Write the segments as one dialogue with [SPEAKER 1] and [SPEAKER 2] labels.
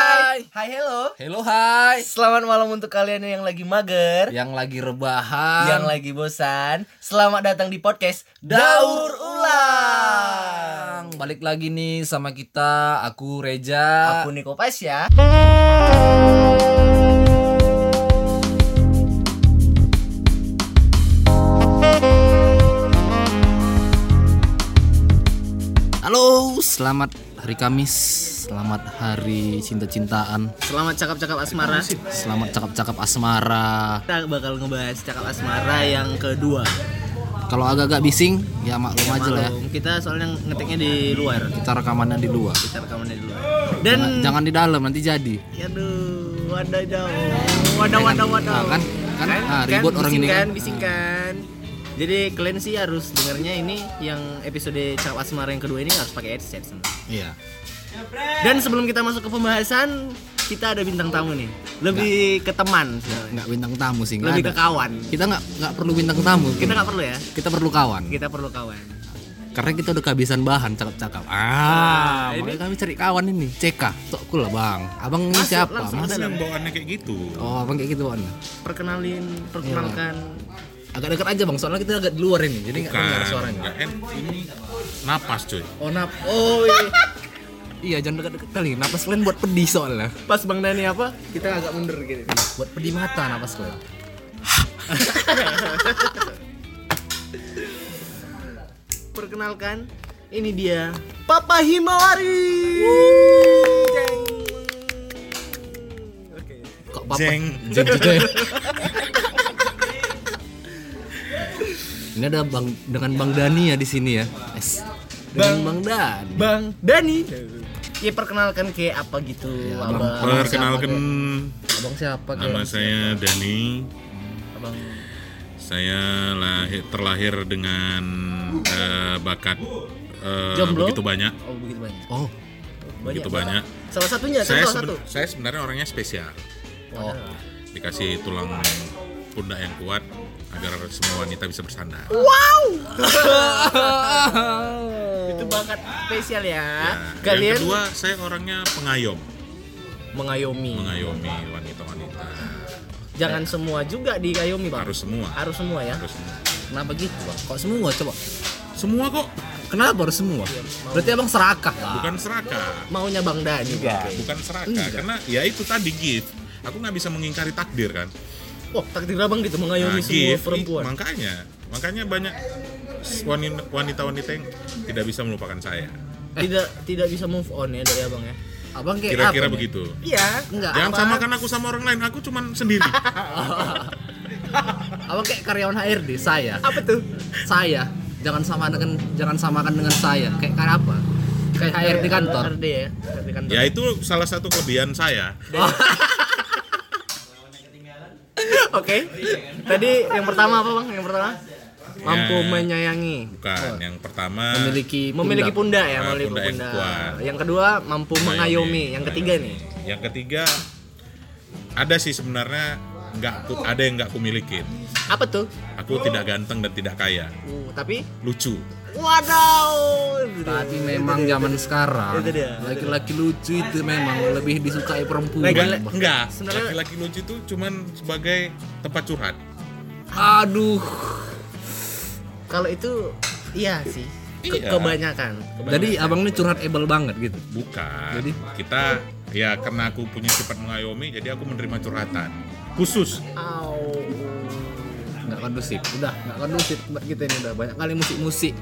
[SPEAKER 1] Hai hello.
[SPEAKER 2] Hello hai
[SPEAKER 1] Selamat malam untuk kalian yang lagi mager,
[SPEAKER 2] Yang lagi rebahan
[SPEAKER 1] yang lagi bosan. Selamat datang di podcast Daur Ulang.
[SPEAKER 2] Balik lagi nih sama kita Aku Reja
[SPEAKER 1] Aku Niko ya. Pasya.
[SPEAKER 2] Halo Selamat hari Kamis Selamat hari cinta-cintaan
[SPEAKER 1] Selamat cakap-cakap asmara.
[SPEAKER 2] Selamat cakap-cakap asmara
[SPEAKER 1] Kita bakal ngebahas cakap asmara yang kedua.
[SPEAKER 2] Kalau agak-agak bising Ya maklum aja lah ya
[SPEAKER 1] Malum. Kita soalnya ngeteknya di luar.
[SPEAKER 2] Kita rekamannya di luar
[SPEAKER 1] Kita rekamannya di luar.
[SPEAKER 2] Jangan,
[SPEAKER 1] Dan
[SPEAKER 2] jangan di dalam nanti jadi
[SPEAKER 1] Ya, aduh, wadah jauh. Wadah wadah wadah.
[SPEAKER 2] Ah, kan kan, ah, ribut orang ini
[SPEAKER 1] bisingkan,
[SPEAKER 2] kan
[SPEAKER 1] bisingkan. Jadi kalian sih harus dengarnya ini yang episode cakap asmara yang kedua ini harus pakai headset. sebenarnya.
[SPEAKER 2] Iya
[SPEAKER 1] Dan sebelum kita masuk ke pembahasan, kita ada bintang tamu nih. Lebih ke teman sebenarnya.
[SPEAKER 2] nggak bintang tamu sih nggak
[SPEAKER 1] Lebih
[SPEAKER 2] ada.
[SPEAKER 1] ke kawan.
[SPEAKER 2] kita nggak nggak perlu bintang tamu
[SPEAKER 1] Kita nggak perlu ya.
[SPEAKER 2] kita Iya. perlu kawan
[SPEAKER 1] Kita perlu kawan.
[SPEAKER 2] karena kita udah kehabisan bahan cakap-cakap ah
[SPEAKER 1] Nah, ini-
[SPEAKER 2] makanya kami cari kawan ini CK sok cool lah bang abang ini
[SPEAKER 1] Masuk,
[SPEAKER 2] siapa
[SPEAKER 1] langsung
[SPEAKER 2] Mas
[SPEAKER 1] ke dalam.
[SPEAKER 3] bawaannya kayak gitu
[SPEAKER 2] oh abang kayak gitu bang
[SPEAKER 1] Perkenalin, perkenalkan.
[SPEAKER 2] agak dekat aja bang soalnya kita agak di luar ini jadi nggak dengar suaranya
[SPEAKER 3] nggak en- ini napas cuy
[SPEAKER 2] oh nap oh iya. iya jangan dekat-dekat kali napas kalian buat pedih soalnya
[SPEAKER 1] Pas Bang Dani apa? Kita agak mundur gitu.
[SPEAKER 2] buat pedih mata napas kalian
[SPEAKER 1] Perkenalkan, ini dia Papa Himawari. Jeng. Oke.
[SPEAKER 2] kok papa
[SPEAKER 3] Jeng.
[SPEAKER 2] jeng jeng, jeng. ini ada bang dengan bang Dani ya di sini ya Es. dengan bang, Dani
[SPEAKER 1] Bang Dani. Ya perkenalkan kayak apa gitu,
[SPEAKER 2] Ya,
[SPEAKER 1] Abang.
[SPEAKER 2] Bang.
[SPEAKER 3] Iya, perkenalkan
[SPEAKER 2] abang siapa kayak
[SPEAKER 3] nama saya Dani
[SPEAKER 1] Abang.
[SPEAKER 3] saya lahir terlahir dengan eh, bakat eh,
[SPEAKER 1] Jomblo?
[SPEAKER 3] begitu banyak
[SPEAKER 1] Oh, begitu banyak. Iya,
[SPEAKER 2] oh
[SPEAKER 3] begitu banyak
[SPEAKER 1] Salah satunya,
[SPEAKER 3] saya
[SPEAKER 1] contoh satu.
[SPEAKER 3] seben- saya sebenarnya orangnya spesial
[SPEAKER 2] oh
[SPEAKER 3] dikasih tulang pundak yang kuat agar semua wanita bisa bersandar
[SPEAKER 1] Itu bakat spesial ya.
[SPEAKER 3] Ya.
[SPEAKER 1] Kalian
[SPEAKER 3] yang kedua saya orangnya pengayom
[SPEAKER 1] mengayomi.
[SPEAKER 3] Hmm. mengayomi wanita-wanita
[SPEAKER 1] Jangan semua juga diayomi, Bang.
[SPEAKER 3] harus semua
[SPEAKER 1] Harus semua ya.
[SPEAKER 3] harus semua
[SPEAKER 2] Kenapa gitu bang? Kok semua coba?
[SPEAKER 3] semua kok
[SPEAKER 2] Kenapa harus semua? Berarti abang serakah lah.
[SPEAKER 3] bukan
[SPEAKER 1] Ah.
[SPEAKER 3] serakah
[SPEAKER 1] Maunya Bang Dani, Bang.
[SPEAKER 3] Bukan- bukan serakah
[SPEAKER 1] Iya.
[SPEAKER 3] karena ya itu tadi gift aku nggak bisa mengingkari takdir kan
[SPEAKER 1] Wah, takdir Abang gitu
[SPEAKER 3] nah,
[SPEAKER 1] mengayomi semua
[SPEAKER 3] gift,
[SPEAKER 1] perempuan.
[SPEAKER 3] i- makanya makanya banyak s- wani- wanita-wanita yang tidak bisa melupakan saya
[SPEAKER 1] tidak tidak bisa move on ya dari abang ya
[SPEAKER 2] Abang kayak
[SPEAKER 3] kira-kira
[SPEAKER 2] apa nih?
[SPEAKER 3] begitu
[SPEAKER 1] iya enggak
[SPEAKER 3] jangan samakan aku sama orang lain aku cuman sendiri
[SPEAKER 2] Abang kayak karyawan HRD
[SPEAKER 1] Hmm.
[SPEAKER 2] saya.
[SPEAKER 1] apa tuh
[SPEAKER 2] Saya. Jangan sama dengan jangan samakan dengan saya. Kayak kayak apa? Kayak HRD kantor.
[SPEAKER 1] HRD ya HRD kantor
[SPEAKER 3] ya itu salah satu kelebihan saya
[SPEAKER 1] Oh. oke tadi yang pertama apa bang yang pertama mampu
[SPEAKER 3] Ya.
[SPEAKER 1] menyayangi
[SPEAKER 3] bukan yang pertama
[SPEAKER 2] Memiliki
[SPEAKER 1] Eh, memiliki pundak ya
[SPEAKER 3] Ah,
[SPEAKER 1] memiliki
[SPEAKER 3] pundak yang
[SPEAKER 1] pundak
[SPEAKER 3] kuat.
[SPEAKER 1] yang kedua mampu mengayomi yang ketiga nih
[SPEAKER 3] yang ketiga ada sih sebenarnya nggak ku- ada yang nggak aku milikin
[SPEAKER 1] apa tuh
[SPEAKER 3] aku tidak ganteng dan tidak kaya
[SPEAKER 1] uh, tapi
[SPEAKER 3] lucu
[SPEAKER 1] waduh
[SPEAKER 2] Tapi memang zaman sekarang
[SPEAKER 1] Itu dia.
[SPEAKER 2] laki-laki lucu itu memang lebih disukai perempuan.
[SPEAKER 3] Enggak,
[SPEAKER 1] Lagi-
[SPEAKER 3] enggak.
[SPEAKER 1] sebenarnya-
[SPEAKER 3] Laki-laki lucu itu cuman sebagai tempat curhat.
[SPEAKER 2] Aduh.
[SPEAKER 1] kalau itu iya sih Ke-
[SPEAKER 3] Iya.
[SPEAKER 1] kebanyakan ya.
[SPEAKER 2] Jadi abang ini curhat able banget gitu.
[SPEAKER 3] Bukan.
[SPEAKER 2] Jadi?
[SPEAKER 3] kita ya karena aku punya sifat mengayomi, jadi aku menerima curhatan khusus.
[SPEAKER 1] Au.
[SPEAKER 2] Nggak kondusif. Udah, nggak kondusif buat kita ini udah banyak kali musik-musik.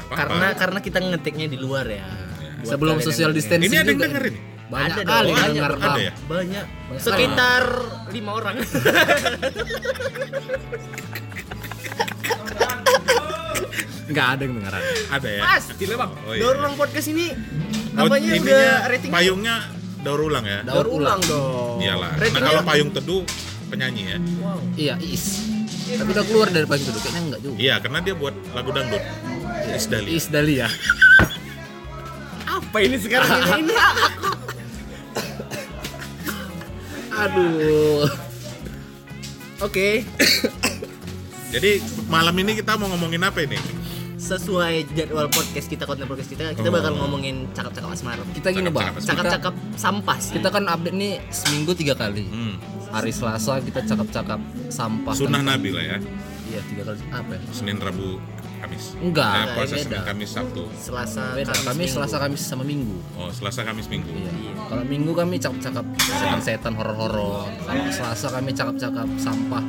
[SPEAKER 3] Nggak apa-apa.
[SPEAKER 1] karena karena kita ngetiknya di luar
[SPEAKER 3] Iya.
[SPEAKER 1] ya Buat
[SPEAKER 2] Sebelum
[SPEAKER 1] kalian
[SPEAKER 2] social
[SPEAKER 1] yang-
[SPEAKER 2] distancing
[SPEAKER 3] ini ada yang
[SPEAKER 2] juga
[SPEAKER 3] dengerin.
[SPEAKER 2] Banyak
[SPEAKER 1] Ada dong,
[SPEAKER 2] kali
[SPEAKER 1] banyak,
[SPEAKER 2] denger
[SPEAKER 1] Bang.
[SPEAKER 2] Bang.
[SPEAKER 3] Ada ya?
[SPEAKER 1] banyak
[SPEAKER 2] Banyak
[SPEAKER 1] sekitar lima orang
[SPEAKER 2] Nggak ada yang dengeran.
[SPEAKER 3] Ada ya.
[SPEAKER 1] pasti lah bang
[SPEAKER 3] Oh, iya.
[SPEAKER 1] daur ulang podcast ini
[SPEAKER 3] Oh,
[SPEAKER 1] apanya
[SPEAKER 3] ininya,
[SPEAKER 1] udah rating
[SPEAKER 3] Payungnya daur ulang ya.
[SPEAKER 1] daur ulang dong
[SPEAKER 3] Iyalah. Nah,
[SPEAKER 1] ratingnya
[SPEAKER 3] kalau payung teduh penyanyi ya.
[SPEAKER 1] wow.
[SPEAKER 2] Iya, Is. Tapi
[SPEAKER 1] iya.
[SPEAKER 2] udah keluar dari pagi dulu kayaknya enggak juga.
[SPEAKER 3] Iya, karena dia buat lagu dangdut.
[SPEAKER 1] Iya.
[SPEAKER 3] Isdali.
[SPEAKER 2] Is Dahlia.
[SPEAKER 1] apa ini sekarang ini, ini aku
[SPEAKER 2] Aduh.
[SPEAKER 1] oke
[SPEAKER 3] Jadi malam ini kita mau ngomongin apa ini?
[SPEAKER 1] sesuai jadwal podcast kita konten podcast kita
[SPEAKER 3] Oh.
[SPEAKER 1] kita bakal ngomongin cakap-cakap asmara
[SPEAKER 2] Kita gini bang,
[SPEAKER 3] Cakap-cakap.
[SPEAKER 2] kita,
[SPEAKER 1] cakap-cakap sampah
[SPEAKER 2] kita kan update nih seminggu tiga kali.
[SPEAKER 3] Hmm.
[SPEAKER 2] Hari Selasa kita cakap-cakap sampah.
[SPEAKER 3] Sunnah Nabi lah ya.
[SPEAKER 2] Iya tiga kali apa ya?
[SPEAKER 3] Senin, Rabu, Kamis.
[SPEAKER 2] Enggak,
[SPEAKER 1] Iya,
[SPEAKER 3] Nah, puasa
[SPEAKER 1] beda.
[SPEAKER 3] Senin, Kamis, Sabtu.
[SPEAKER 1] Selasa
[SPEAKER 2] Beda.
[SPEAKER 1] Kamis,
[SPEAKER 2] Kami
[SPEAKER 1] Minggu.
[SPEAKER 2] Selasa Kamis sama Minggu.
[SPEAKER 3] Oh, Selasa, Kamis, Minggu.
[SPEAKER 2] Iya. Kalau Minggu kami cakap-cakap setan-setan horor-horor. Kalau Selasa kami cakap-cakap sampah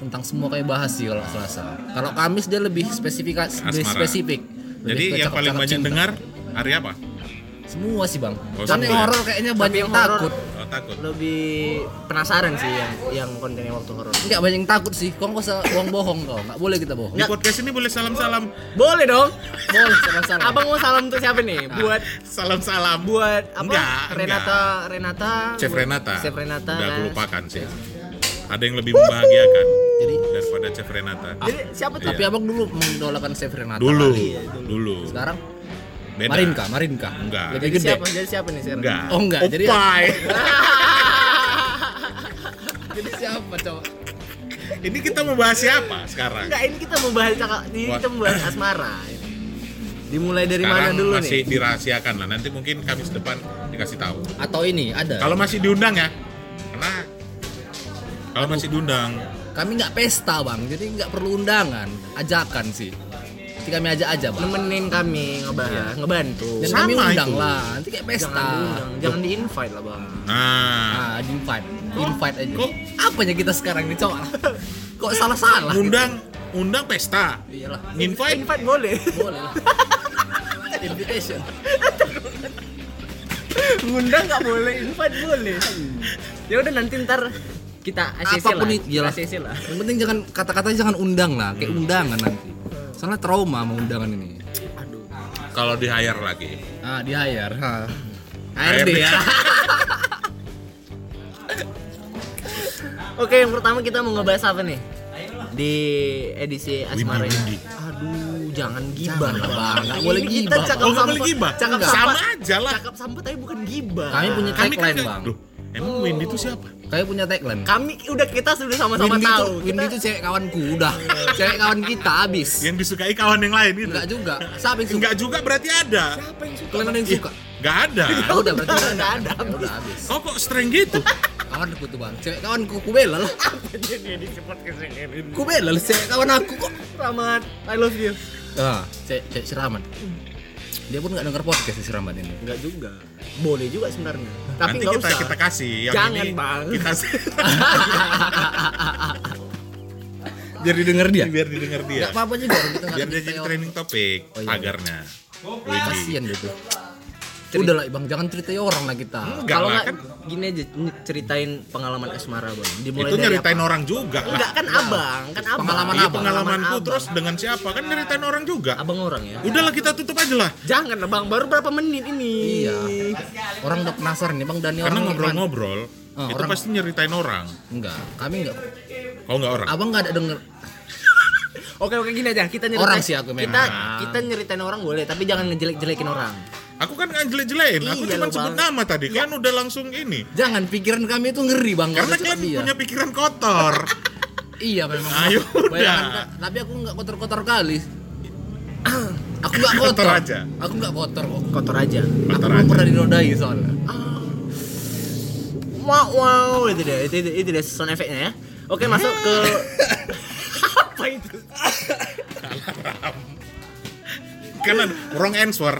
[SPEAKER 2] tentang semua kayak bahas sih kalau Selasa. Kalau Kamis dia lebih spesifik lebih
[SPEAKER 3] Asmara.
[SPEAKER 2] spesifik. Lebih ke
[SPEAKER 3] Jadi yang
[SPEAKER 2] cakap-cakap
[SPEAKER 3] paling banyak
[SPEAKER 2] cinta.
[SPEAKER 3] dengar hari apa?
[SPEAKER 2] semua sih bang.
[SPEAKER 3] Oh,
[SPEAKER 2] Karena yang
[SPEAKER 3] semua ya?
[SPEAKER 2] horor kayaknya banyak yang
[SPEAKER 1] yang horor-
[SPEAKER 2] takut.
[SPEAKER 3] Oh, takut.
[SPEAKER 1] lebih penasaran sih yang yang kontennya waktu horor
[SPEAKER 2] Enggak banyak yang takut sih. Kau nggak usah bohong-bohong kau. Nggak boleh kita bohong.
[SPEAKER 3] Di podcast ini boleh salam-salam.
[SPEAKER 1] boleh dong
[SPEAKER 2] Boleh sama-sama.
[SPEAKER 1] abang mau salam untuk siapa nih buat
[SPEAKER 3] Salam-salam.
[SPEAKER 1] buat apa
[SPEAKER 3] Ah. Enggak,
[SPEAKER 1] Renata Renata
[SPEAKER 3] Chef
[SPEAKER 1] buat-
[SPEAKER 3] Renata.
[SPEAKER 1] Chef Renata
[SPEAKER 3] Udah aku
[SPEAKER 1] nah.
[SPEAKER 3] lupakan sih. Ada yang lebih membahagiakan
[SPEAKER 2] Jadi
[SPEAKER 3] daripada Chef Renata.
[SPEAKER 1] jadi siapa tuh
[SPEAKER 2] tapi abang dulu mengidolakan Chef Renata.
[SPEAKER 3] Ah. Dulu, dulu.
[SPEAKER 2] Sekarang
[SPEAKER 3] Beda.
[SPEAKER 2] Marinka, Marinka.
[SPEAKER 3] Enggak.
[SPEAKER 1] jadi
[SPEAKER 2] Lebih gede.
[SPEAKER 1] siapa jadi siapa nih sekarang
[SPEAKER 3] Enggak.
[SPEAKER 2] Oh, enggak.
[SPEAKER 1] ya.
[SPEAKER 2] Jadi-
[SPEAKER 3] Opai.
[SPEAKER 2] Jadi siapa coba?
[SPEAKER 3] ini kita membahas siapa sekarang?
[SPEAKER 1] Enggak, ini kita membahas cakap, ini kita membahas asmara. Dimulai dari
[SPEAKER 3] Sekarang
[SPEAKER 1] mana dulu
[SPEAKER 3] masih
[SPEAKER 1] nih?
[SPEAKER 3] dirahasiakan lah. Nanti mungkin Kamis depan dikasih tahu.
[SPEAKER 2] Atau ini ada.
[SPEAKER 3] Kalau masih diundang ya. Karena kalau masih diundang,
[SPEAKER 2] Kami nggak pesta bang, jadi nggak perlu undangan, ajakan sih. Nanti kami ajak aja bang.
[SPEAKER 1] Nemenin kami ngebahas, ngebantu.
[SPEAKER 2] Dan
[SPEAKER 3] Sama
[SPEAKER 2] kami undang
[SPEAKER 3] itu.
[SPEAKER 2] lah, nanti kayak
[SPEAKER 1] Jangan
[SPEAKER 2] pesta.
[SPEAKER 1] diundang, jangan di-invite lah, Bang.
[SPEAKER 3] nah,
[SPEAKER 2] Ah, di invite, Di invite aja.
[SPEAKER 3] Kok?
[SPEAKER 2] Apanya kita sekarang nih coba? Kok salah-salah?
[SPEAKER 3] undang undang pesta.
[SPEAKER 2] Iyalah,
[SPEAKER 3] Invite
[SPEAKER 1] Invite Iya boleh.
[SPEAKER 2] boleh lah. Invitation.
[SPEAKER 1] Ngundang nggak boleh, invite boleh. Ya udah nanti ntar kita ACC
[SPEAKER 2] Apapun
[SPEAKER 1] lah.
[SPEAKER 2] itu, iyalah.
[SPEAKER 1] ACC lah.
[SPEAKER 2] Yang penting jangan kata-katanya jangan undang lah, kayak undangan nanti. Soalnya trauma sama undangan ini.
[SPEAKER 3] kalau di hire lagi.
[SPEAKER 2] Ah, di hire.
[SPEAKER 1] ARD ya. Oke, yang pertama kita mau ngebahas apa nih? Di edisi Asmara
[SPEAKER 3] Windy,
[SPEAKER 1] ini. Aduh, jangan gibah lah,
[SPEAKER 2] Jangan lah,
[SPEAKER 1] Bang.
[SPEAKER 2] Bang. Nggak
[SPEAKER 1] Ini
[SPEAKER 2] boleh
[SPEAKER 1] kita
[SPEAKER 2] gibah, Bang.
[SPEAKER 1] cakap
[SPEAKER 3] Oh, nggak boleh
[SPEAKER 1] sampah-
[SPEAKER 3] gibah?
[SPEAKER 1] Cakap
[SPEAKER 2] Enggak.
[SPEAKER 1] sampah.
[SPEAKER 3] Sama aja lah.
[SPEAKER 1] Cakap sampah tapi bukan gibah.
[SPEAKER 2] Kami punya
[SPEAKER 3] Kami kan
[SPEAKER 2] tagline,
[SPEAKER 3] nggak-
[SPEAKER 2] Bang.
[SPEAKER 3] Loh, emang Windy itu siapa?
[SPEAKER 2] Kayak punya tagline.
[SPEAKER 1] Kami udah kita sudah sama-sama
[SPEAKER 2] Windy
[SPEAKER 1] tahu.
[SPEAKER 2] tuh- Windy
[SPEAKER 1] Kita-
[SPEAKER 2] tuh cewek kawanku udah. cewek kawan kita habis.
[SPEAKER 3] Yang disukai kawan yang lain gitu.
[SPEAKER 2] Enggak juga. Siapa yang suka?
[SPEAKER 3] Enggak juga berarti ada.
[SPEAKER 1] Apa yang suka?
[SPEAKER 2] Kalian ada yang suka?
[SPEAKER 3] Enggak ada.
[SPEAKER 2] Ah, udah berarti
[SPEAKER 1] Udah,
[SPEAKER 2] udah
[SPEAKER 1] ada,
[SPEAKER 2] ada.
[SPEAKER 1] habis.
[SPEAKER 2] Udah habis.
[SPEAKER 3] Kok kok strength gitu?
[SPEAKER 2] Kawanku tuh bang, cewek kawanku ku bela lah.
[SPEAKER 1] Jadi edisi podcast yang ini.
[SPEAKER 2] Ku bela lah cewek kawan aku kok.
[SPEAKER 1] Rahmat, I love you.
[SPEAKER 2] Ah, cewek cewek siraman. Dia pun nggak denger podcast si siraman ini.
[SPEAKER 1] Enggak juga. Boleh juga sebenarnya. Tapi
[SPEAKER 3] Nanti
[SPEAKER 1] enggak
[SPEAKER 3] kita
[SPEAKER 1] usah.
[SPEAKER 3] kita kasih yang
[SPEAKER 1] Jangan,
[SPEAKER 3] ini.
[SPEAKER 1] Bang.
[SPEAKER 3] Kita
[SPEAKER 2] Biar didengar dia.
[SPEAKER 3] biar didengar dia.
[SPEAKER 2] Gak apa-apa juga orang kita nggak
[SPEAKER 3] Biar dia
[SPEAKER 2] kita
[SPEAKER 3] jadi
[SPEAKER 2] yang-
[SPEAKER 3] training topik
[SPEAKER 2] Oh, iya. ya,
[SPEAKER 3] agarnya. Windy.
[SPEAKER 2] Kasian dia tuh. Udah lah bang, jangan ceritain orang lah kita.
[SPEAKER 3] Enggak
[SPEAKER 1] Kalau nggak
[SPEAKER 3] lah kan
[SPEAKER 1] gini aja ny- ceritain pengalaman asmara, Bang. Dimulai
[SPEAKER 3] itu
[SPEAKER 1] dari
[SPEAKER 3] nyeritain
[SPEAKER 1] apa?
[SPEAKER 3] orang juga
[SPEAKER 1] Enggak
[SPEAKER 3] lah.
[SPEAKER 1] kan abang, kan abang.
[SPEAKER 2] Pengalaman
[SPEAKER 3] Iya
[SPEAKER 2] abang.
[SPEAKER 3] pengalamanku
[SPEAKER 1] abang.
[SPEAKER 3] terus dengan siapa kan nyeritain orang juga.
[SPEAKER 1] abang orang ya.
[SPEAKER 3] Udahlah kita tutup aja lah.
[SPEAKER 1] Jangan lah, Bang, baru berapa menit ini.
[SPEAKER 2] Iya. Orang udah penasaran nih bang Dani
[SPEAKER 3] Karena
[SPEAKER 2] orang
[SPEAKER 3] ngobrol-ngobrol
[SPEAKER 2] Ah,
[SPEAKER 3] itu
[SPEAKER 2] orang-
[SPEAKER 3] pasti nyeritain orang.
[SPEAKER 2] Enggak, kami enggak.
[SPEAKER 3] Kau nggak orang?
[SPEAKER 2] Abang enggak ada denger
[SPEAKER 1] Oke oke gini aja, kita nyeritain
[SPEAKER 2] Orang sih aku memang.
[SPEAKER 1] Kita kita nyeritain orang boleh, tapi jangan ngejelek-jelekin orang.
[SPEAKER 3] Aku kan nggak jelek-jelekin. Aku
[SPEAKER 1] Iya
[SPEAKER 3] cuma
[SPEAKER 1] loh,
[SPEAKER 3] sebut
[SPEAKER 1] Bang.
[SPEAKER 3] nama tadi. Kan udah langsung ini.
[SPEAKER 2] Jangan pikiran kami itu ngeri bang kalau
[SPEAKER 3] Karena
[SPEAKER 2] Iya, cuma
[SPEAKER 3] kalian
[SPEAKER 2] dia.
[SPEAKER 3] punya pikiran kotor.
[SPEAKER 2] Iya memang.
[SPEAKER 3] Ayo udah.
[SPEAKER 2] Bayangan, Kak. tapi aku nggak kotor-kotor kali. aku nggak kotor.
[SPEAKER 3] Kotor aja.
[SPEAKER 2] Aku nggak kotor kok.
[SPEAKER 1] Kotor aja.
[SPEAKER 2] Aku
[SPEAKER 3] Kotor
[SPEAKER 2] belum
[SPEAKER 3] aja.
[SPEAKER 2] pernah dinodai soalnya.
[SPEAKER 1] Wow, wow, itu dia, itu, itu, itu dia sound efeknya ya. Oke, masuk ke apa itu?
[SPEAKER 3] Karena wrong answer.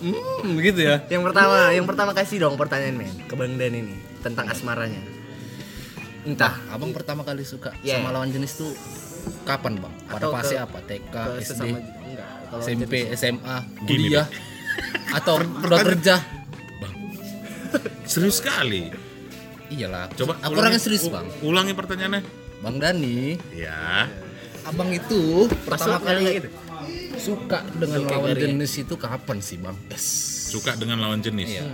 [SPEAKER 2] Hmm, gitu ya.
[SPEAKER 1] Yang pertama, yang pertama kasih dong pertanyaan men ke Bang Dan ini tentang asmaranya. Entah
[SPEAKER 2] Abang pertama kali suka
[SPEAKER 1] Iya.
[SPEAKER 2] sama lawan jenis tuh kapan bang? Pada
[SPEAKER 1] Atau
[SPEAKER 2] fase
[SPEAKER 1] ke-
[SPEAKER 2] apa? TK,
[SPEAKER 1] ke
[SPEAKER 2] SD,
[SPEAKER 1] sesama enggak. Kalau
[SPEAKER 2] SMP, SMA,
[SPEAKER 3] Gini,
[SPEAKER 2] kuliah, atau udah
[SPEAKER 3] pertanyaan-
[SPEAKER 2] kerja?
[SPEAKER 3] Serius sekali.
[SPEAKER 2] Iyalah.
[SPEAKER 3] Coba
[SPEAKER 2] aku
[SPEAKER 3] ulangi-
[SPEAKER 2] orangnya serius
[SPEAKER 3] u-
[SPEAKER 2] bang.
[SPEAKER 3] Ulangi pertanyaannya.
[SPEAKER 2] Bang Dani,
[SPEAKER 3] Ya.
[SPEAKER 2] abang itu pertama
[SPEAKER 1] Passwordnya
[SPEAKER 2] kali
[SPEAKER 1] gitu.
[SPEAKER 2] suka dengan
[SPEAKER 1] Suka
[SPEAKER 2] lawan
[SPEAKER 1] dari-
[SPEAKER 2] jenis itu kapan sih bang?
[SPEAKER 3] Suka dengan lawan jenis.
[SPEAKER 2] Iya.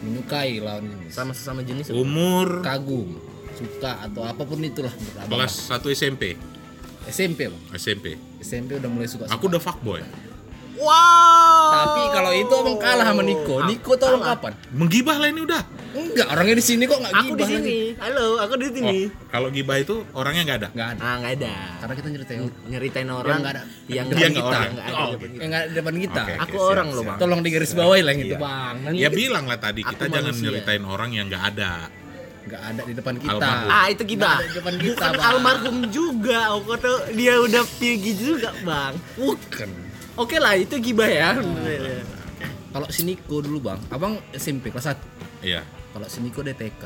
[SPEAKER 2] Menyukai lawan jenis.
[SPEAKER 1] sama sesama jenis
[SPEAKER 2] Um.
[SPEAKER 3] Umur
[SPEAKER 2] Kagum, suka atau apapun itulah menurut abang.
[SPEAKER 3] kelas 1 SMP.
[SPEAKER 2] SMP bang.
[SPEAKER 3] SMP.
[SPEAKER 2] SMP udah mulai suka.
[SPEAKER 3] Aku udah fuckboy.
[SPEAKER 1] Wow.
[SPEAKER 2] Tapi kalau itu abang kalah sama Niko. Niko tuh abang kapan?
[SPEAKER 3] Menggibah lah ini udah.
[SPEAKER 2] Enggak, orangnya di sini kok nggak
[SPEAKER 1] aku di
[SPEAKER 2] gibah
[SPEAKER 1] sini.
[SPEAKER 2] lagi.
[SPEAKER 1] Halo, aku di sini.
[SPEAKER 3] Oh, kalau gibah itu orangnya nggak ada.
[SPEAKER 2] Nggak ada.
[SPEAKER 1] Ah, nggak ada.
[SPEAKER 2] Karena kita nyeritain
[SPEAKER 1] Nyeritain orang
[SPEAKER 2] nggak ada.
[SPEAKER 1] yang
[SPEAKER 2] Dia
[SPEAKER 1] nggak ada
[SPEAKER 3] kita.
[SPEAKER 1] orang nggak ada.
[SPEAKER 3] Oh,
[SPEAKER 1] depan
[SPEAKER 3] gitu.
[SPEAKER 1] kita.
[SPEAKER 2] yang Eh, nggak ada di depan kita.
[SPEAKER 3] Oke, oke,
[SPEAKER 1] Aku
[SPEAKER 3] siap,
[SPEAKER 1] orang loh,
[SPEAKER 3] siap.
[SPEAKER 1] Bang.
[SPEAKER 2] Tolong digaris bawahi lah yang itu
[SPEAKER 3] Iya.
[SPEAKER 2] bang.
[SPEAKER 3] Ya bilang lah tadi
[SPEAKER 2] Aku
[SPEAKER 3] kita jangan
[SPEAKER 2] manusia.
[SPEAKER 3] nyeritain orang yang nggak ada.
[SPEAKER 2] Nggak ada di depan kita.
[SPEAKER 3] Almarhum.
[SPEAKER 1] Ah, itu gibah.
[SPEAKER 2] Eh. Nggak ada di depan kita,
[SPEAKER 1] Bukan
[SPEAKER 2] Bang.
[SPEAKER 1] almarhum juga. Aku tuh dia udah pergi juga, Bang.
[SPEAKER 2] Bukan.
[SPEAKER 1] Oke lah, itu gibah ya.
[SPEAKER 2] Ah. Kalau si Niko dulu bang, abang SMP kelas 1
[SPEAKER 3] Iya.
[SPEAKER 2] Kalau si Niko dia TK.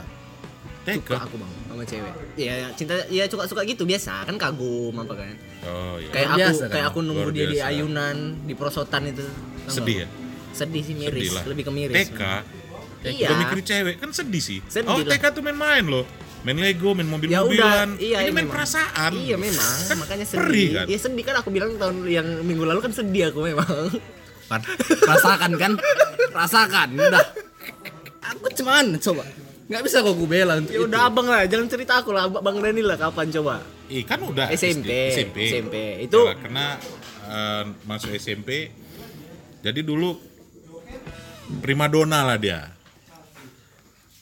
[SPEAKER 3] Teko.
[SPEAKER 2] Aku bang.
[SPEAKER 1] Sama cewek. Iya, cinta ya suka-suka gitu biasa kan kagum apa kan.
[SPEAKER 3] Oh iya.
[SPEAKER 1] Kayak
[SPEAKER 2] Luar
[SPEAKER 1] aku
[SPEAKER 2] biasa kan,
[SPEAKER 1] kayak aku
[SPEAKER 3] Bang?
[SPEAKER 1] nunggu
[SPEAKER 3] Luar
[SPEAKER 1] dia di
[SPEAKER 3] biasa.
[SPEAKER 1] ayunan, di perosotan itu. Tau nggak,
[SPEAKER 3] Sedih ya?
[SPEAKER 1] Bang? Sedih sih miris,
[SPEAKER 3] Sedih lah.
[SPEAKER 1] lebih ke miris.
[SPEAKER 3] TK.
[SPEAKER 1] Iya.
[SPEAKER 3] Gua mikir cewek kan sedih sih.
[SPEAKER 1] Sedih
[SPEAKER 3] oh
[SPEAKER 1] lah.
[SPEAKER 3] TK tuh main-main loh. Main Lego,
[SPEAKER 1] Ya
[SPEAKER 3] main
[SPEAKER 1] udah,
[SPEAKER 3] mobil-mobilan.
[SPEAKER 1] iya
[SPEAKER 3] ini main
[SPEAKER 1] memang.
[SPEAKER 3] perasaan.
[SPEAKER 1] Iya memang,
[SPEAKER 3] Kan
[SPEAKER 1] makanya sedih.
[SPEAKER 3] perih kan.
[SPEAKER 1] Iya sedih kan aku bilang tahun yang minggu lalu kan sedih aku memang.
[SPEAKER 2] Kan? Rasakan kan? Rasakan. Udah. Aku cuman coba. Nggak bisa kok gue bela untuk
[SPEAKER 1] Ya
[SPEAKER 2] itu.
[SPEAKER 1] udah abang lah, jangan cerita aku lah, Abang- Bang Dani lah kapan coba?
[SPEAKER 3] Ih, kan udah
[SPEAKER 1] SMP,
[SPEAKER 3] SD. SMP.
[SPEAKER 1] SMP. Itu-
[SPEAKER 3] Nah, karena eh, masuk SMP. Jadi dulu primadona lah dia.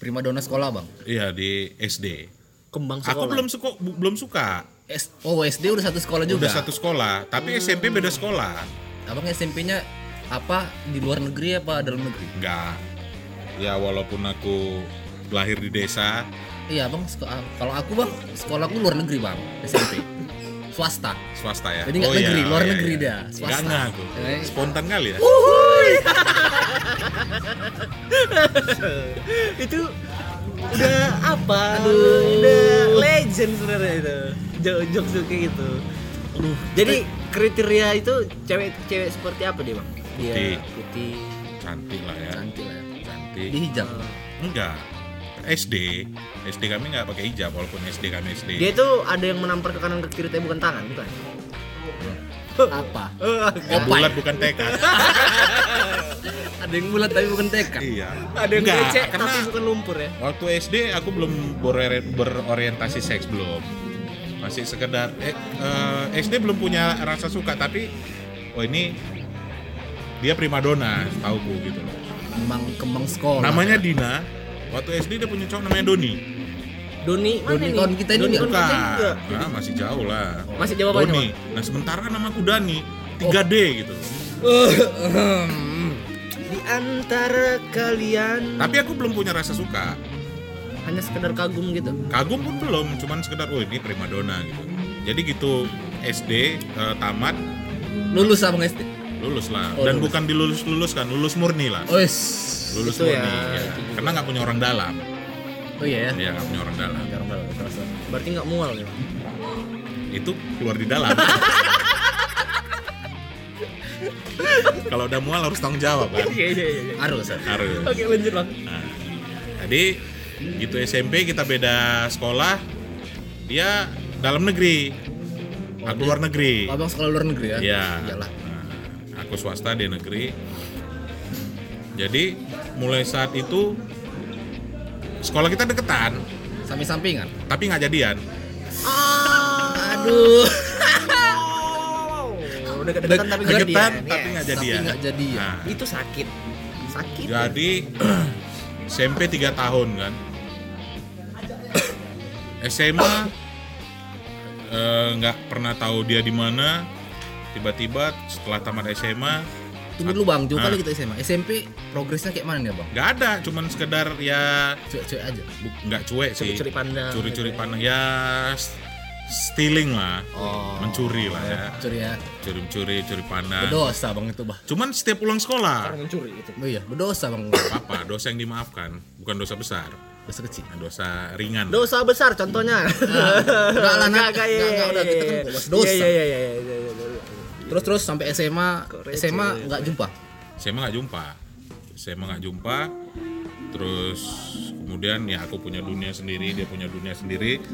[SPEAKER 2] Prima dona sekolah bang.
[SPEAKER 3] Iya di SD.
[SPEAKER 1] Kembang
[SPEAKER 3] Aku
[SPEAKER 1] sekolah.
[SPEAKER 3] belum suka bu- belum suka.
[SPEAKER 2] S oh SD udah satu sekolah juga.
[SPEAKER 3] Udah satu sekolah, tapi SMP beda sekolah.
[SPEAKER 2] Abang SMP-nya apa di luar negeri apa dalam negeri?
[SPEAKER 3] Enggak. Ya walaupun aku lahir di desa,
[SPEAKER 2] Iya bang, seko- ah, kalau aku bang sekolahku luar negeri bang SMP swasta.
[SPEAKER 3] swasta ya.
[SPEAKER 2] Jadi nggak negeri, luar negeri
[SPEAKER 3] dah
[SPEAKER 2] dia, swasta. Uh.
[SPEAKER 3] Enggak iya. aku.
[SPEAKER 2] Eh.
[SPEAKER 3] Spontan kali ya.
[SPEAKER 1] itu udah apa? Aduh, udah legend sebenarnya itu. Jok-jok suka gitu. Jadi kriteria itu cewek-cewek seperti apa dia, Bang? Dia
[SPEAKER 3] Putih.
[SPEAKER 1] putih,
[SPEAKER 3] Cantik lah ya.
[SPEAKER 2] Cantik lah ya. Di
[SPEAKER 3] Cantik.
[SPEAKER 2] hijab.
[SPEAKER 3] Enggak. SD, SD kami nggak pakai hijab walaupun SD kami SD.
[SPEAKER 1] Dia itu ada yang menampar ke kanan ke kiri tapi bukan tangan, bukan?
[SPEAKER 2] Apa?
[SPEAKER 3] Eh, bulat bukan TK.
[SPEAKER 2] Ada yang bulat tapi bukan TK.
[SPEAKER 3] iya.
[SPEAKER 1] ada yang
[SPEAKER 3] Nggak,
[SPEAKER 1] becek
[SPEAKER 3] karena
[SPEAKER 1] tapi bukan lumpur ya.
[SPEAKER 3] waktu SD aku belum berore- berorientasi seks belum. Masih sekedar eh, eh, SD belum punya rasa suka tapi oh ini dia primadona, tahuku gitu loh.
[SPEAKER 2] Kembang kembang sekolah.
[SPEAKER 3] Namanya Dina. Waktu SD dia punya cowok namanya Doni.
[SPEAKER 1] Doni, mana
[SPEAKER 2] Doni
[SPEAKER 1] nih?
[SPEAKER 2] kawan kita ini
[SPEAKER 1] Eh, Doni
[SPEAKER 2] nggak?
[SPEAKER 1] kawan kita ini nggak?
[SPEAKER 3] Bukan. Ah, masih jauh lah.
[SPEAKER 1] Masih jawabannya,
[SPEAKER 3] Doni. Nah, sementara namaku Dani 3D gitu.
[SPEAKER 1] Di antara kalian
[SPEAKER 3] Tapi aku belum punya rasa suka.
[SPEAKER 1] hanya sekedar kagum gitu.
[SPEAKER 3] Kagum pun belum, cuman sekedar oh ini primadona gitu. Jadi gitu SD eh, tamat
[SPEAKER 2] Lulus abang SD.
[SPEAKER 3] lulus lah
[SPEAKER 2] Oh,
[SPEAKER 3] dan
[SPEAKER 2] lulus. Oh, gitu
[SPEAKER 3] bukan dilulus luluskan lulus murni lah
[SPEAKER 2] Ois.
[SPEAKER 3] lulus
[SPEAKER 1] Itu
[SPEAKER 3] murni
[SPEAKER 1] ya,
[SPEAKER 3] ya.
[SPEAKER 1] itu juga.
[SPEAKER 3] karena nggak punya orang dalam
[SPEAKER 2] Oh iya ya.
[SPEAKER 3] dia nggak punya orang dalam
[SPEAKER 2] Jarang banget aku rasa.
[SPEAKER 1] Berarti nggak mual ya.
[SPEAKER 3] itu keluar di dalam kalau udah mual harus tanggung jawab kan
[SPEAKER 1] Iya iya iya.
[SPEAKER 2] Harus. harus.
[SPEAKER 3] harus
[SPEAKER 1] Oke lanjut bang.
[SPEAKER 3] Nah, tadi gitu SMP kita beda sekolah, dia dalam negeri, aku luar negeri.
[SPEAKER 2] Abang sekolah luar negeri ya?
[SPEAKER 3] Ya,
[SPEAKER 2] Iyalah.
[SPEAKER 3] Nah, aku swasta di negeri. Jadi mulai saat itu sekolah kita deketan,
[SPEAKER 2] Samping sampingan.
[SPEAKER 3] tapi nggak jadian.
[SPEAKER 1] Ah.
[SPEAKER 2] Aduh.
[SPEAKER 1] Udah kedekatan tapi nggak
[SPEAKER 3] Deketan
[SPEAKER 1] jadian, ya.
[SPEAKER 3] tapi nggak Ya.
[SPEAKER 2] Tapi
[SPEAKER 3] jadian.
[SPEAKER 2] nggak ya. jadian.
[SPEAKER 3] Nah,
[SPEAKER 1] Itu sakit. Sakit.
[SPEAKER 3] jadi SMP 3 tahun kan. SMA eh, nggak pernah tahu dia di mana. Tiba-tiba setelah tamat SMA
[SPEAKER 2] Tunggu dulu bang, jauh
[SPEAKER 3] Ah.
[SPEAKER 2] kali kita SMA. SMP progresnya kayak mana nih bang?
[SPEAKER 3] nggak ada, cuman sekedar ya
[SPEAKER 2] Cuek-cuek aja.
[SPEAKER 3] bu- nggak cuek sih.
[SPEAKER 1] Curi-curi pandang.
[SPEAKER 3] Curi-curi pandang ya s- stealing lah,
[SPEAKER 2] Oh.
[SPEAKER 3] mencuri lah ya.
[SPEAKER 2] Curi ya.
[SPEAKER 3] Curi-curi, curi pandang.
[SPEAKER 2] Berdosa bang itu bang.
[SPEAKER 3] Cuman setiap pulang sekolah,
[SPEAKER 1] mencuri gitu.
[SPEAKER 2] Oh iya, berdosa bang.
[SPEAKER 3] apa dosa yang dimaafkan, bukan dosa besar, nah,
[SPEAKER 2] Dosa kecil.
[SPEAKER 3] dosa ringan.
[SPEAKER 1] Dosa besar contohnya.
[SPEAKER 2] enggak lah, Nak.
[SPEAKER 1] kayak-
[SPEAKER 2] Enggak, enggak, udah, kita kan bebas dosa.
[SPEAKER 1] Ah. Iya iya iya iya, iya. iya, iya.
[SPEAKER 2] Terus terus sampai SMA, SMA nggak jumpa.
[SPEAKER 3] saya emang nggak jumpa saya emang nggak jumpa terus kemudian ya aku punya dunia sendiri dia punya dunia sendiri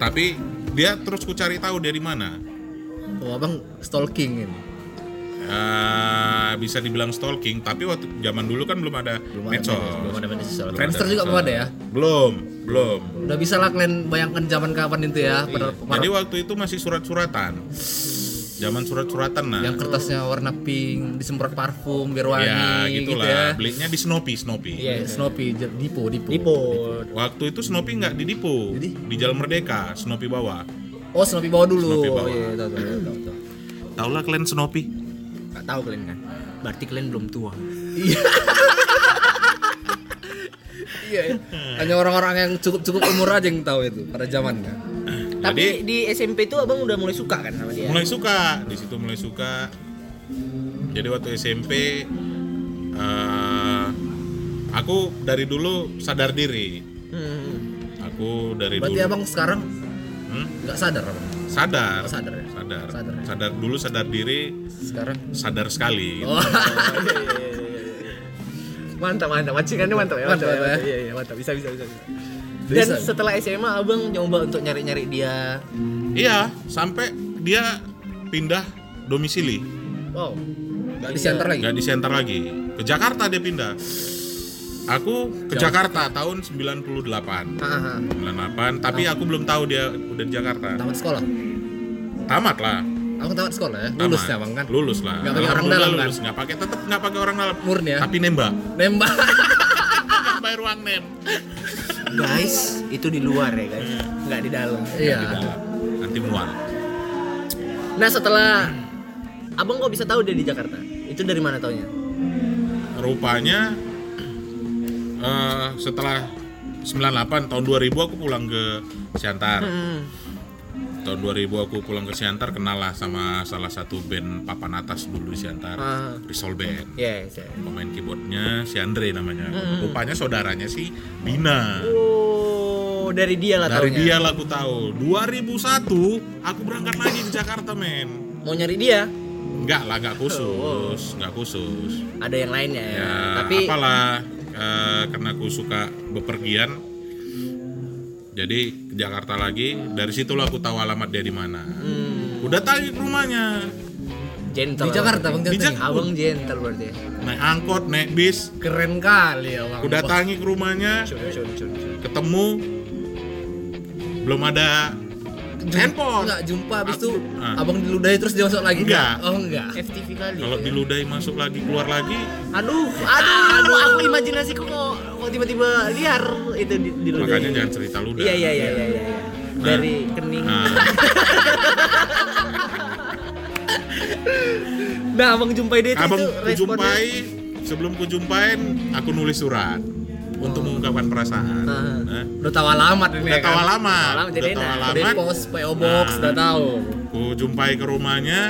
[SPEAKER 3] tapi dia terus ku cari tahu dia di mana
[SPEAKER 2] Oh abang stalking ini.
[SPEAKER 3] Eh, bisa dibilang stalking tapi waktu zaman dulu kan belum ada
[SPEAKER 2] Belum ada
[SPEAKER 3] medsos
[SPEAKER 2] medsos, belum ada media sosial.
[SPEAKER 3] Belum
[SPEAKER 2] Friendster
[SPEAKER 3] ada
[SPEAKER 2] juga belum ada
[SPEAKER 3] medsos.
[SPEAKER 2] ya.
[SPEAKER 3] belum belum
[SPEAKER 2] Udah
[SPEAKER 3] Iya.
[SPEAKER 2] bisa lah kalian bayangkan zaman kapan itu ya. Pada,
[SPEAKER 3] jadi waktu itu masih surat-suratan zaman surat-suratan nah.
[SPEAKER 2] yang kertasnya warna pink disemprot parfum biar wangi
[SPEAKER 3] ya
[SPEAKER 2] gitu
[SPEAKER 3] gitulah.
[SPEAKER 2] ya
[SPEAKER 3] Belinya di Snoopy, Snoopy.
[SPEAKER 1] Iya.
[SPEAKER 2] Snoopy j- Dipo Dipo
[SPEAKER 1] Lipo.
[SPEAKER 3] Waktu itu Snoopy nggak di Dipo,
[SPEAKER 2] Jadi?
[SPEAKER 3] di Jalan Merdeka, Snoopy bawah.
[SPEAKER 2] oh Snoopy bawa dulu
[SPEAKER 3] Snoopy bawah.
[SPEAKER 2] Oh, iya, tahu, tahu, tahu, tahu, tahu.
[SPEAKER 3] Taulah kalian Snoopy?
[SPEAKER 1] Gak tahu kalian kan. Berarti kalian belum tua.
[SPEAKER 2] iya iya. hanya orang-orang yang cukup-cukup umur aja yang tahu itu pada kan. zamannya
[SPEAKER 1] Tapi
[SPEAKER 3] Jadi
[SPEAKER 1] di SMP itu Abang udah mulai suka kan sama
[SPEAKER 2] Iya.
[SPEAKER 1] dia?
[SPEAKER 3] mulai suka di situ mulai suka jadi waktu SMP eh, aku dari dulu sadar diri
[SPEAKER 1] Hmm.
[SPEAKER 3] aku dari
[SPEAKER 2] berarti
[SPEAKER 3] dulu
[SPEAKER 2] abang sekarang
[SPEAKER 3] Hmm?
[SPEAKER 2] nggak sadar abang
[SPEAKER 3] sadar
[SPEAKER 2] Sadar ya?
[SPEAKER 3] sadar
[SPEAKER 2] Sadar ya?
[SPEAKER 3] Sadar dulu sadar diri
[SPEAKER 2] sekarang
[SPEAKER 3] sadar sekali
[SPEAKER 2] oh
[SPEAKER 1] iya, Mantap, mantap. Macingannya mantap ya. Mantap,
[SPEAKER 2] Mantap,
[SPEAKER 1] ya.
[SPEAKER 2] ya.
[SPEAKER 1] Iya, iya, mantap. Bisa, bisa, bisa. bisa. Dan
[SPEAKER 2] Bisa.
[SPEAKER 1] setelah SMA Abang nyoba untuk nyari-nyari dia.
[SPEAKER 3] iya sampai dia pindah domisili
[SPEAKER 1] Wow.
[SPEAKER 2] nggak diantar lagi
[SPEAKER 3] nggak di center lagi ke Jakarta dia pindah aku ke Jakarta tahun 98
[SPEAKER 1] Haha.
[SPEAKER 3] 98 tapi aku belum tahu dia udah di Jakarta
[SPEAKER 2] tamat sekolah
[SPEAKER 3] tamat lah
[SPEAKER 2] aku tamat sekolah ya lulus
[SPEAKER 3] Tamat.
[SPEAKER 2] ya bang kan
[SPEAKER 3] lulus lah
[SPEAKER 2] Nggak pakai orang
[SPEAKER 3] Alhamdulillah
[SPEAKER 2] dalam, kan?
[SPEAKER 3] lulus nggak pakai tetap nggak pakai orang dalam
[SPEAKER 2] Murni ya?
[SPEAKER 3] tapi nembak
[SPEAKER 2] nembak
[SPEAKER 3] bayar ruang nem
[SPEAKER 1] Guys, itu di luar ya, guys. Nggak di dalam.
[SPEAKER 3] Di
[SPEAKER 2] iya
[SPEAKER 3] dalam. nanti mual
[SPEAKER 1] Nah, setelah Abang kok bisa tahu dia di Jakarta? Itu dari mana taunya?
[SPEAKER 3] rupanya eh, setelah 98 tahun 2000 aku pulang ke Siantar
[SPEAKER 1] Hmm.
[SPEAKER 3] tahun 2000 aku pulang ke Siantar kenal lah sama salah satu band papan atas dulu di Siantar
[SPEAKER 1] Ah.
[SPEAKER 3] Risol Band
[SPEAKER 1] Yes, yes.
[SPEAKER 3] pemain keyboardnya si Andre namanya
[SPEAKER 2] Hmm.
[SPEAKER 3] rupanya saudaranya si Bina
[SPEAKER 1] Oh, dari dia lah
[SPEAKER 3] Dari
[SPEAKER 1] taunya.
[SPEAKER 3] dia lah aku tahu. 2001 aku berangkat lagi ke Jakarta men.
[SPEAKER 1] Mau nyari dia,
[SPEAKER 3] Enggak lah, enggak khusus, enggak khusus.
[SPEAKER 1] ada yang lainnya ya.
[SPEAKER 3] Ya,
[SPEAKER 1] Tapi
[SPEAKER 3] apalah eh, karena aku suka bepergian. Jadi ke Jakarta lagi. Dari situlah aku tahu alamat dia di mana.
[SPEAKER 1] hmm,
[SPEAKER 3] Udah tahu rumahnya.
[SPEAKER 1] gentle.
[SPEAKER 2] di Jakarta bang
[SPEAKER 3] Di
[SPEAKER 2] Jansen
[SPEAKER 3] Jak-
[SPEAKER 1] Abang gentle berarti. ya.
[SPEAKER 3] Naik angkot, naik bis.
[SPEAKER 2] keren kali ya bang
[SPEAKER 3] Aku datangi ke rumahnya,
[SPEAKER 1] Cun, cun, cun, cun.
[SPEAKER 3] ketemu. Belum ada handphone.
[SPEAKER 2] Enggak jumpa habis itu
[SPEAKER 3] Aku- ah.
[SPEAKER 2] abang diludahi terus dia masuk lagi.
[SPEAKER 3] Enggak.
[SPEAKER 2] Oh enggak.
[SPEAKER 1] FTV kali.
[SPEAKER 3] Kalau
[SPEAKER 1] ya.
[SPEAKER 3] diludahi masuk lagi, keluar lagi,
[SPEAKER 1] Aduh, aduh, aduh, aku imajinasi kok kok kok tiba-tiba liar itu di, di ludah.
[SPEAKER 3] makanya jangan cerita ludah.
[SPEAKER 1] Iya, iya, iya, iya, iya. iya. Dari kening.
[SPEAKER 3] Nah,
[SPEAKER 1] Nah, abang jumpai dia itu,
[SPEAKER 3] abang
[SPEAKER 1] itu responnya.
[SPEAKER 3] kujumpai sebelum kujumpain aku nulis surat untuk mengungkapkan perasaan.
[SPEAKER 1] Oh. Ah.
[SPEAKER 3] Nah,
[SPEAKER 2] Udah tahu alamat ini
[SPEAKER 3] udah
[SPEAKER 2] ya
[SPEAKER 3] tahu
[SPEAKER 2] kan?
[SPEAKER 3] alamat,
[SPEAKER 1] Alamat jadi
[SPEAKER 3] udah tahu
[SPEAKER 1] enak.
[SPEAKER 2] Dari
[SPEAKER 3] alamat,
[SPEAKER 2] pos PO Box
[SPEAKER 3] Nah.
[SPEAKER 2] udah tahu.
[SPEAKER 3] kujumpai ke rumahnya,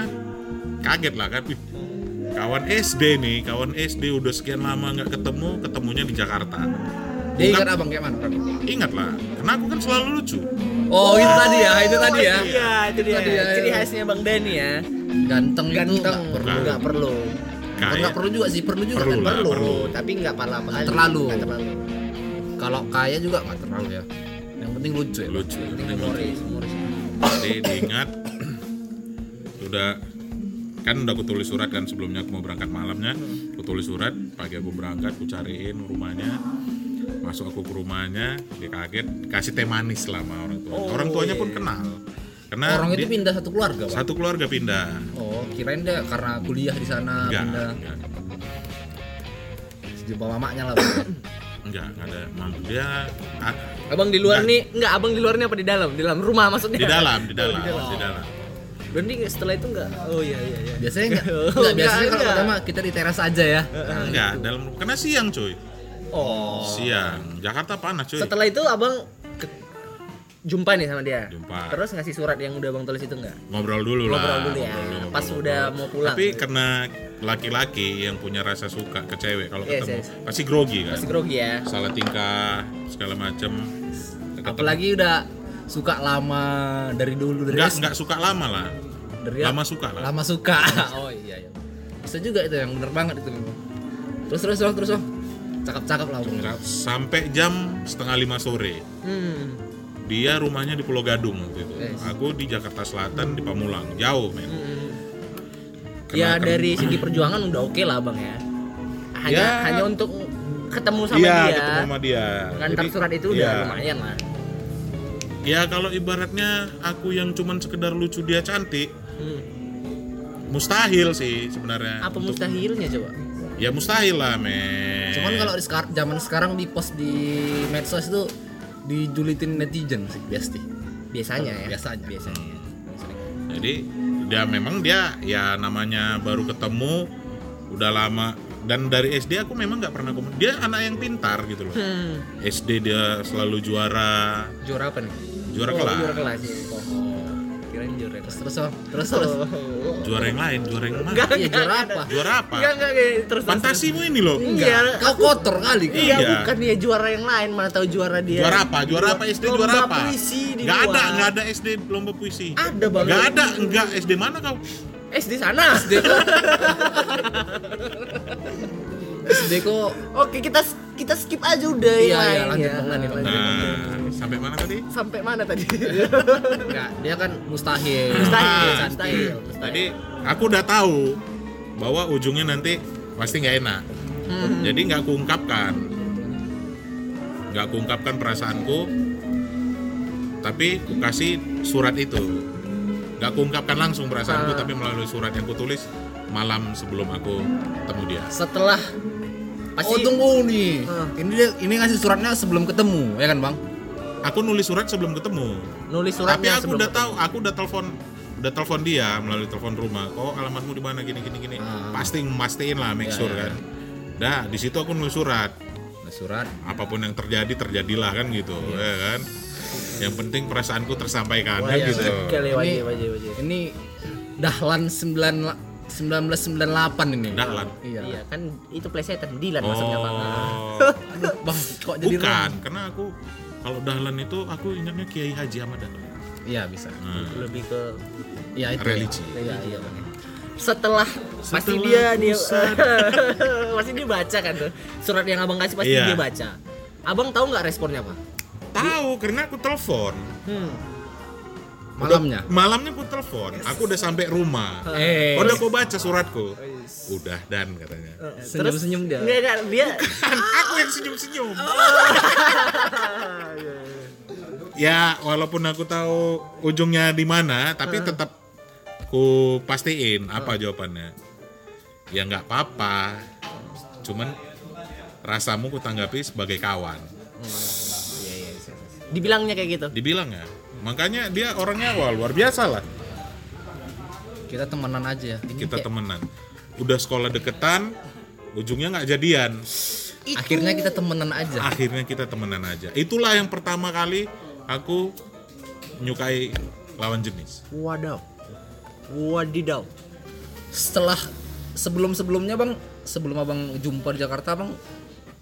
[SPEAKER 3] kaget lah kan. Wih, Kawan SD nih, kawan SD udah sekian lama nggak ketemu, ketemunya di Jakarta.
[SPEAKER 2] Dia
[SPEAKER 3] Ungkap-
[SPEAKER 2] ingat abang kayak mana? Bang?
[SPEAKER 3] Ingat lah, karena aku kan selalu lucu.
[SPEAKER 2] Oh, itu tadi ya, itu tadi ya.
[SPEAKER 1] Iya, itu dia.
[SPEAKER 2] Tadi ya,
[SPEAKER 1] Ciri
[SPEAKER 2] iya.
[SPEAKER 1] khasnya Bang Dani ya.
[SPEAKER 2] Ganteng, itu
[SPEAKER 1] Ganteng,
[SPEAKER 2] enggak perlu.
[SPEAKER 1] nggak perlu.
[SPEAKER 2] Atau
[SPEAKER 3] Kayak
[SPEAKER 2] Enggak perlu juga sih, perlu juga
[SPEAKER 3] Perlu
[SPEAKER 2] kan?
[SPEAKER 3] lah.
[SPEAKER 1] Perlu,
[SPEAKER 3] perlu.
[SPEAKER 1] tapi nggak pala
[SPEAKER 2] Nggak terlalu.
[SPEAKER 1] Nggak terlalu.
[SPEAKER 2] Kalau kaya juga enggak terlalu ya. Yang penting lucu ya.
[SPEAKER 3] lucu.
[SPEAKER 1] Yang penting humoris, humoris.
[SPEAKER 3] Jadi diingat udah kan udah aku tulis surat kan sebelumnya aku mau berangkat malamnya aku tulis surat pagi aku berangkat aku cariin rumahnya masuk aku ke rumahnya dia kaget kasih teh manis lah sama orang tua orang tuanya pun kenal karena
[SPEAKER 2] Orang itu
[SPEAKER 3] dia-
[SPEAKER 2] pindah satu keluarga, Bang.
[SPEAKER 3] satu keluarga pindah
[SPEAKER 1] Ah,
[SPEAKER 2] Oh, kirain deh karena kuliah di sana
[SPEAKER 3] enggak
[SPEAKER 2] pindah.
[SPEAKER 3] enggak
[SPEAKER 2] Jumpa mamanya lah, Bang.
[SPEAKER 3] enggak enggak ada Mam- dia ah,
[SPEAKER 1] Abang di luar
[SPEAKER 3] Nggak.
[SPEAKER 1] nih, nggak abang di luar nih apa di dalam? Di dalam rumah maksudnya.
[SPEAKER 3] di dalam di dalam di dalam
[SPEAKER 1] Berarti nggak- setelah itu nggak? Oh iya iya iya.
[SPEAKER 2] Biasanya enggak,
[SPEAKER 1] Oh,
[SPEAKER 2] enggak
[SPEAKER 1] enggak,
[SPEAKER 2] biasanya kalau
[SPEAKER 1] enggak.
[SPEAKER 2] pertama kita di teras aja ya.
[SPEAKER 3] enggak dalam karena siang cuy
[SPEAKER 1] Oh.
[SPEAKER 3] siang Jakarta panas cuy
[SPEAKER 1] Setelah itu abang ke- jumpa nih sama dia.
[SPEAKER 3] Jumpa.
[SPEAKER 1] Terus ngasih surat yang udah abang tulis itu nggak?
[SPEAKER 3] ngobrol dulu lah
[SPEAKER 1] Ngobrol dulu ya. Pas udah mau pulang.
[SPEAKER 3] tapi karena laki-laki yang punya rasa suka ke cewek kalau
[SPEAKER 1] Yes,
[SPEAKER 3] ketemu
[SPEAKER 1] yes.
[SPEAKER 3] pasti grogi kan
[SPEAKER 1] Masih grogi ya.
[SPEAKER 3] salah tingkah segala macem Ketemu-
[SPEAKER 2] Apalagi udah suka lama dari dulu dari
[SPEAKER 3] nggak
[SPEAKER 2] SD.
[SPEAKER 3] nggak suka lama lah
[SPEAKER 2] dari
[SPEAKER 1] Ya.
[SPEAKER 3] lama suka lah
[SPEAKER 2] lama suka oh iya iya bisa juga itu yang bener banget itu memang terus terus terus terus
[SPEAKER 1] oh.
[SPEAKER 2] cakap cakap lah bang
[SPEAKER 3] Nggak- sampai jam setengah lima sore
[SPEAKER 1] Hmm.
[SPEAKER 3] dia rumahnya di Pulau Gadung waktu itu
[SPEAKER 1] Yes.
[SPEAKER 3] aku di Jakarta Selatan di Pamulang jauh men
[SPEAKER 1] Hmm. Ya
[SPEAKER 3] Kena- kena-
[SPEAKER 1] dari segi perjuangan udah oke lah abang ya. Hanya
[SPEAKER 3] Ya.
[SPEAKER 1] hanya untuk ketemu sama
[SPEAKER 3] iya
[SPEAKER 1] dia.
[SPEAKER 3] ketemu sama dia
[SPEAKER 1] Ngantar
[SPEAKER 3] Jadi,
[SPEAKER 1] surat itu
[SPEAKER 3] iya.
[SPEAKER 1] udah lumayan lah.
[SPEAKER 3] ya kalau ibaratnya aku yang cuman sekedar lucu dia cantik
[SPEAKER 1] Hmm.
[SPEAKER 3] mustahil sih sebenarnya.
[SPEAKER 1] Nah, Apa mustahilnya coba?
[SPEAKER 3] Ya mustahil lah, men.
[SPEAKER 2] Cuman kalau di sekar- zaman sekarang di post di medsos itu dijulitin netizen sih pasti.
[SPEAKER 1] Biasanya ya.
[SPEAKER 2] Biasanya.
[SPEAKER 1] Biasanya.
[SPEAKER 3] Jadi dia memang dia ya namanya baru ketemu udah lama dan dari SD aku memang nggak pernah komun- Dia anak yang pintar gitu loh.
[SPEAKER 1] Hmm.
[SPEAKER 3] SD dia selalu juara,
[SPEAKER 2] Juara apa nih? Oh.
[SPEAKER 3] juara
[SPEAKER 1] Oh,
[SPEAKER 3] kelas,
[SPEAKER 1] Juara kelas. ya. Kirain juara
[SPEAKER 2] Terus
[SPEAKER 1] kelas.
[SPEAKER 2] terus Om. terus terus.
[SPEAKER 3] juara yang lain, juara yang mana?
[SPEAKER 1] Enggak,
[SPEAKER 2] Iya juara apa?
[SPEAKER 3] Juara apa?
[SPEAKER 1] Enggak, enggak, enggak. Terus terus,
[SPEAKER 3] Fantasimu ini loh.
[SPEAKER 1] terus. Iya.
[SPEAKER 2] Kau kotor kali kan?
[SPEAKER 1] Iya,
[SPEAKER 3] Iya.
[SPEAKER 1] bukan dia juara yang lain, mana tahu juara dia.
[SPEAKER 3] Juara apa? Juara apa SD
[SPEAKER 1] iya. Lomba
[SPEAKER 3] juara apa?
[SPEAKER 1] puisi di
[SPEAKER 3] Nggak ada,
[SPEAKER 1] luar.
[SPEAKER 3] nggak ada SD lomba puisi.
[SPEAKER 1] Ada banget.
[SPEAKER 3] Nggak ada, enggak SD mana kau?
[SPEAKER 1] SD sana.
[SPEAKER 2] SD kok
[SPEAKER 1] Oke, kita kita skip aja udah
[SPEAKER 2] Iya,
[SPEAKER 1] yang
[SPEAKER 2] iya,
[SPEAKER 1] lain
[SPEAKER 2] lanjut,
[SPEAKER 1] ya.
[SPEAKER 2] Bang, lanjut, lanjut.
[SPEAKER 3] Nah, sampai mana tadi?
[SPEAKER 1] Sampai mana tadi?
[SPEAKER 2] enggak, dia kan mustahil.
[SPEAKER 1] Mustahil,
[SPEAKER 3] Ah,
[SPEAKER 1] mustahil,
[SPEAKER 3] Tadi aku udah tahu bahwa ujungnya nanti pasti nggak enak. Jadi nggak kuungkapkan, nggak kuungkapkan perasaanku, tapi ku kasih surat itu. Nggak kuungkapkan langsung perasaanku,
[SPEAKER 1] Ah.
[SPEAKER 3] tapi melalui surat yang kutulis malam sebelum aku ketemu dia.
[SPEAKER 2] Setelah
[SPEAKER 1] Pasti-
[SPEAKER 2] Oh tunggu nih,
[SPEAKER 1] Hah.
[SPEAKER 2] ini dia, ini ngasih suratnya sebelum ketemu, ya kan bang?
[SPEAKER 3] Aku nulis surat sebelum ketemu.
[SPEAKER 1] Nulis
[SPEAKER 3] tapi
[SPEAKER 1] suratnya
[SPEAKER 3] aku udah tahu, aku udah telepon udah telepon dia melalui telepon rumah. Kok alamatmu di mana gini gini gini.
[SPEAKER 2] Ah.
[SPEAKER 3] Pasti mastiin lah, make
[SPEAKER 2] Ya,
[SPEAKER 3] sure
[SPEAKER 2] ya,
[SPEAKER 3] kan. Nah, di situ aku nulis Nah, surat.
[SPEAKER 2] Ada surat.
[SPEAKER 3] apapun yang terjadi terjadilah kan gitu ya kan yang penting perasaanku tersampaikan kan
[SPEAKER 2] iya.
[SPEAKER 3] gitu
[SPEAKER 1] Kali
[SPEAKER 2] Ini-
[SPEAKER 1] wajib, wajib, wajib.
[SPEAKER 2] Ini Dahlan 9 1998 ini.
[SPEAKER 3] Dahlan?
[SPEAKER 2] Iya.
[SPEAKER 1] Iya, kan itu plesetan Dilan maksudnya Bang.
[SPEAKER 3] oh
[SPEAKER 2] Aduh, Bang, kok jadi
[SPEAKER 3] bukan
[SPEAKER 2] rem?
[SPEAKER 3] karena aku kalau Dahlan itu aku ingatnya Kiai Haji Ahmad Dahlan
[SPEAKER 2] Iya, bisa.
[SPEAKER 3] Nah,
[SPEAKER 1] Lebih ke
[SPEAKER 2] Iya, itu.
[SPEAKER 3] Religi.
[SPEAKER 2] Iya, iya, Bang.
[SPEAKER 1] setelah, pasti
[SPEAKER 3] Setelah
[SPEAKER 1] dia dia
[SPEAKER 3] pusat.
[SPEAKER 1] pasti dia baca kan tuh. Surat yang Abang kasih pasti
[SPEAKER 3] Iya.
[SPEAKER 1] dia baca. Abang tahu nggak responnya apa?
[SPEAKER 3] tahu karena aku telepon
[SPEAKER 1] Hmm.
[SPEAKER 2] Malamnya.
[SPEAKER 3] Udah- malamnya aku telepon aku udah sampai rumah
[SPEAKER 2] Eh, Oh.
[SPEAKER 3] Oh, udah kau baca suratku udah dan katanya
[SPEAKER 2] Senyum-senyum dia.
[SPEAKER 3] Iya.
[SPEAKER 1] Nggak, nggak, dia
[SPEAKER 3] kan aku yang senyum senyum ya walaupun aku tahu ujungnya di mana tapi tetap ku pastiin apa jawabannya ya nggak apa-apa cuman rasamu ku tanggapi sebagai kawan
[SPEAKER 1] dibilangnya kayak gitu.
[SPEAKER 3] dibilang ya makanya dia orangnya wah luar biasa lah
[SPEAKER 2] Kita temenan aja ya. Ini
[SPEAKER 3] kita
[SPEAKER 2] kayak-
[SPEAKER 3] temenan udah sekolah deketan ujungnya nggak jadian
[SPEAKER 2] Akhirnya kita temenan aja.
[SPEAKER 3] akhirnya kita temenan aja itulah yang pertama kali aku menyukai lawan jenis
[SPEAKER 1] Wadaw. Wadidaw.
[SPEAKER 2] Setelah sebelum-sebelumnya, Bang, sebelum Abang jumpa di Jakarta, Bang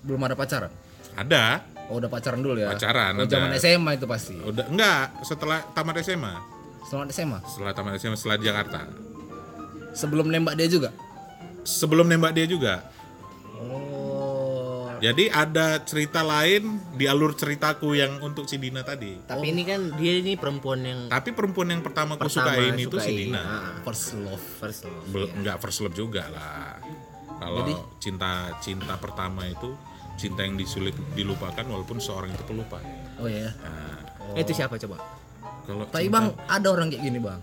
[SPEAKER 2] belum ada pacaran.
[SPEAKER 3] ada
[SPEAKER 2] Oh, udah pacaran dulu ya.
[SPEAKER 3] Pacaran,
[SPEAKER 2] Oh, zaman
[SPEAKER 3] ada.
[SPEAKER 2] SMA itu pasti.
[SPEAKER 3] udah enggak setelah tamat SMA
[SPEAKER 2] Selamat SMA.
[SPEAKER 3] setelah tamat SMA setelah di Jakarta
[SPEAKER 2] Sebelum nembak dia juga.
[SPEAKER 3] sebelum nembak dia juga
[SPEAKER 2] Oh.
[SPEAKER 3] jadi ada cerita lain di alur ceritaku yang untuk si Dina tadi
[SPEAKER 1] Tapi ini kan dia ini perempuan yang
[SPEAKER 3] tapi perempuan yang pertama aku
[SPEAKER 1] pertama
[SPEAKER 3] sukain itu si
[SPEAKER 1] sukai.
[SPEAKER 3] Dina
[SPEAKER 1] Ah,
[SPEAKER 2] First love.
[SPEAKER 1] first love.
[SPEAKER 3] Bel- enggak first love juga lah kalau
[SPEAKER 2] Jadi?
[SPEAKER 3] cinta cinta pertama itu cinta yang disulit dilupakan walaupun seorang itu pelupa Nah,
[SPEAKER 2] Oh ya.
[SPEAKER 1] Eh, Itu siapa coba?
[SPEAKER 3] kalau
[SPEAKER 2] Tapi
[SPEAKER 3] cinta-
[SPEAKER 2] bang, ada orang kayak gini bang.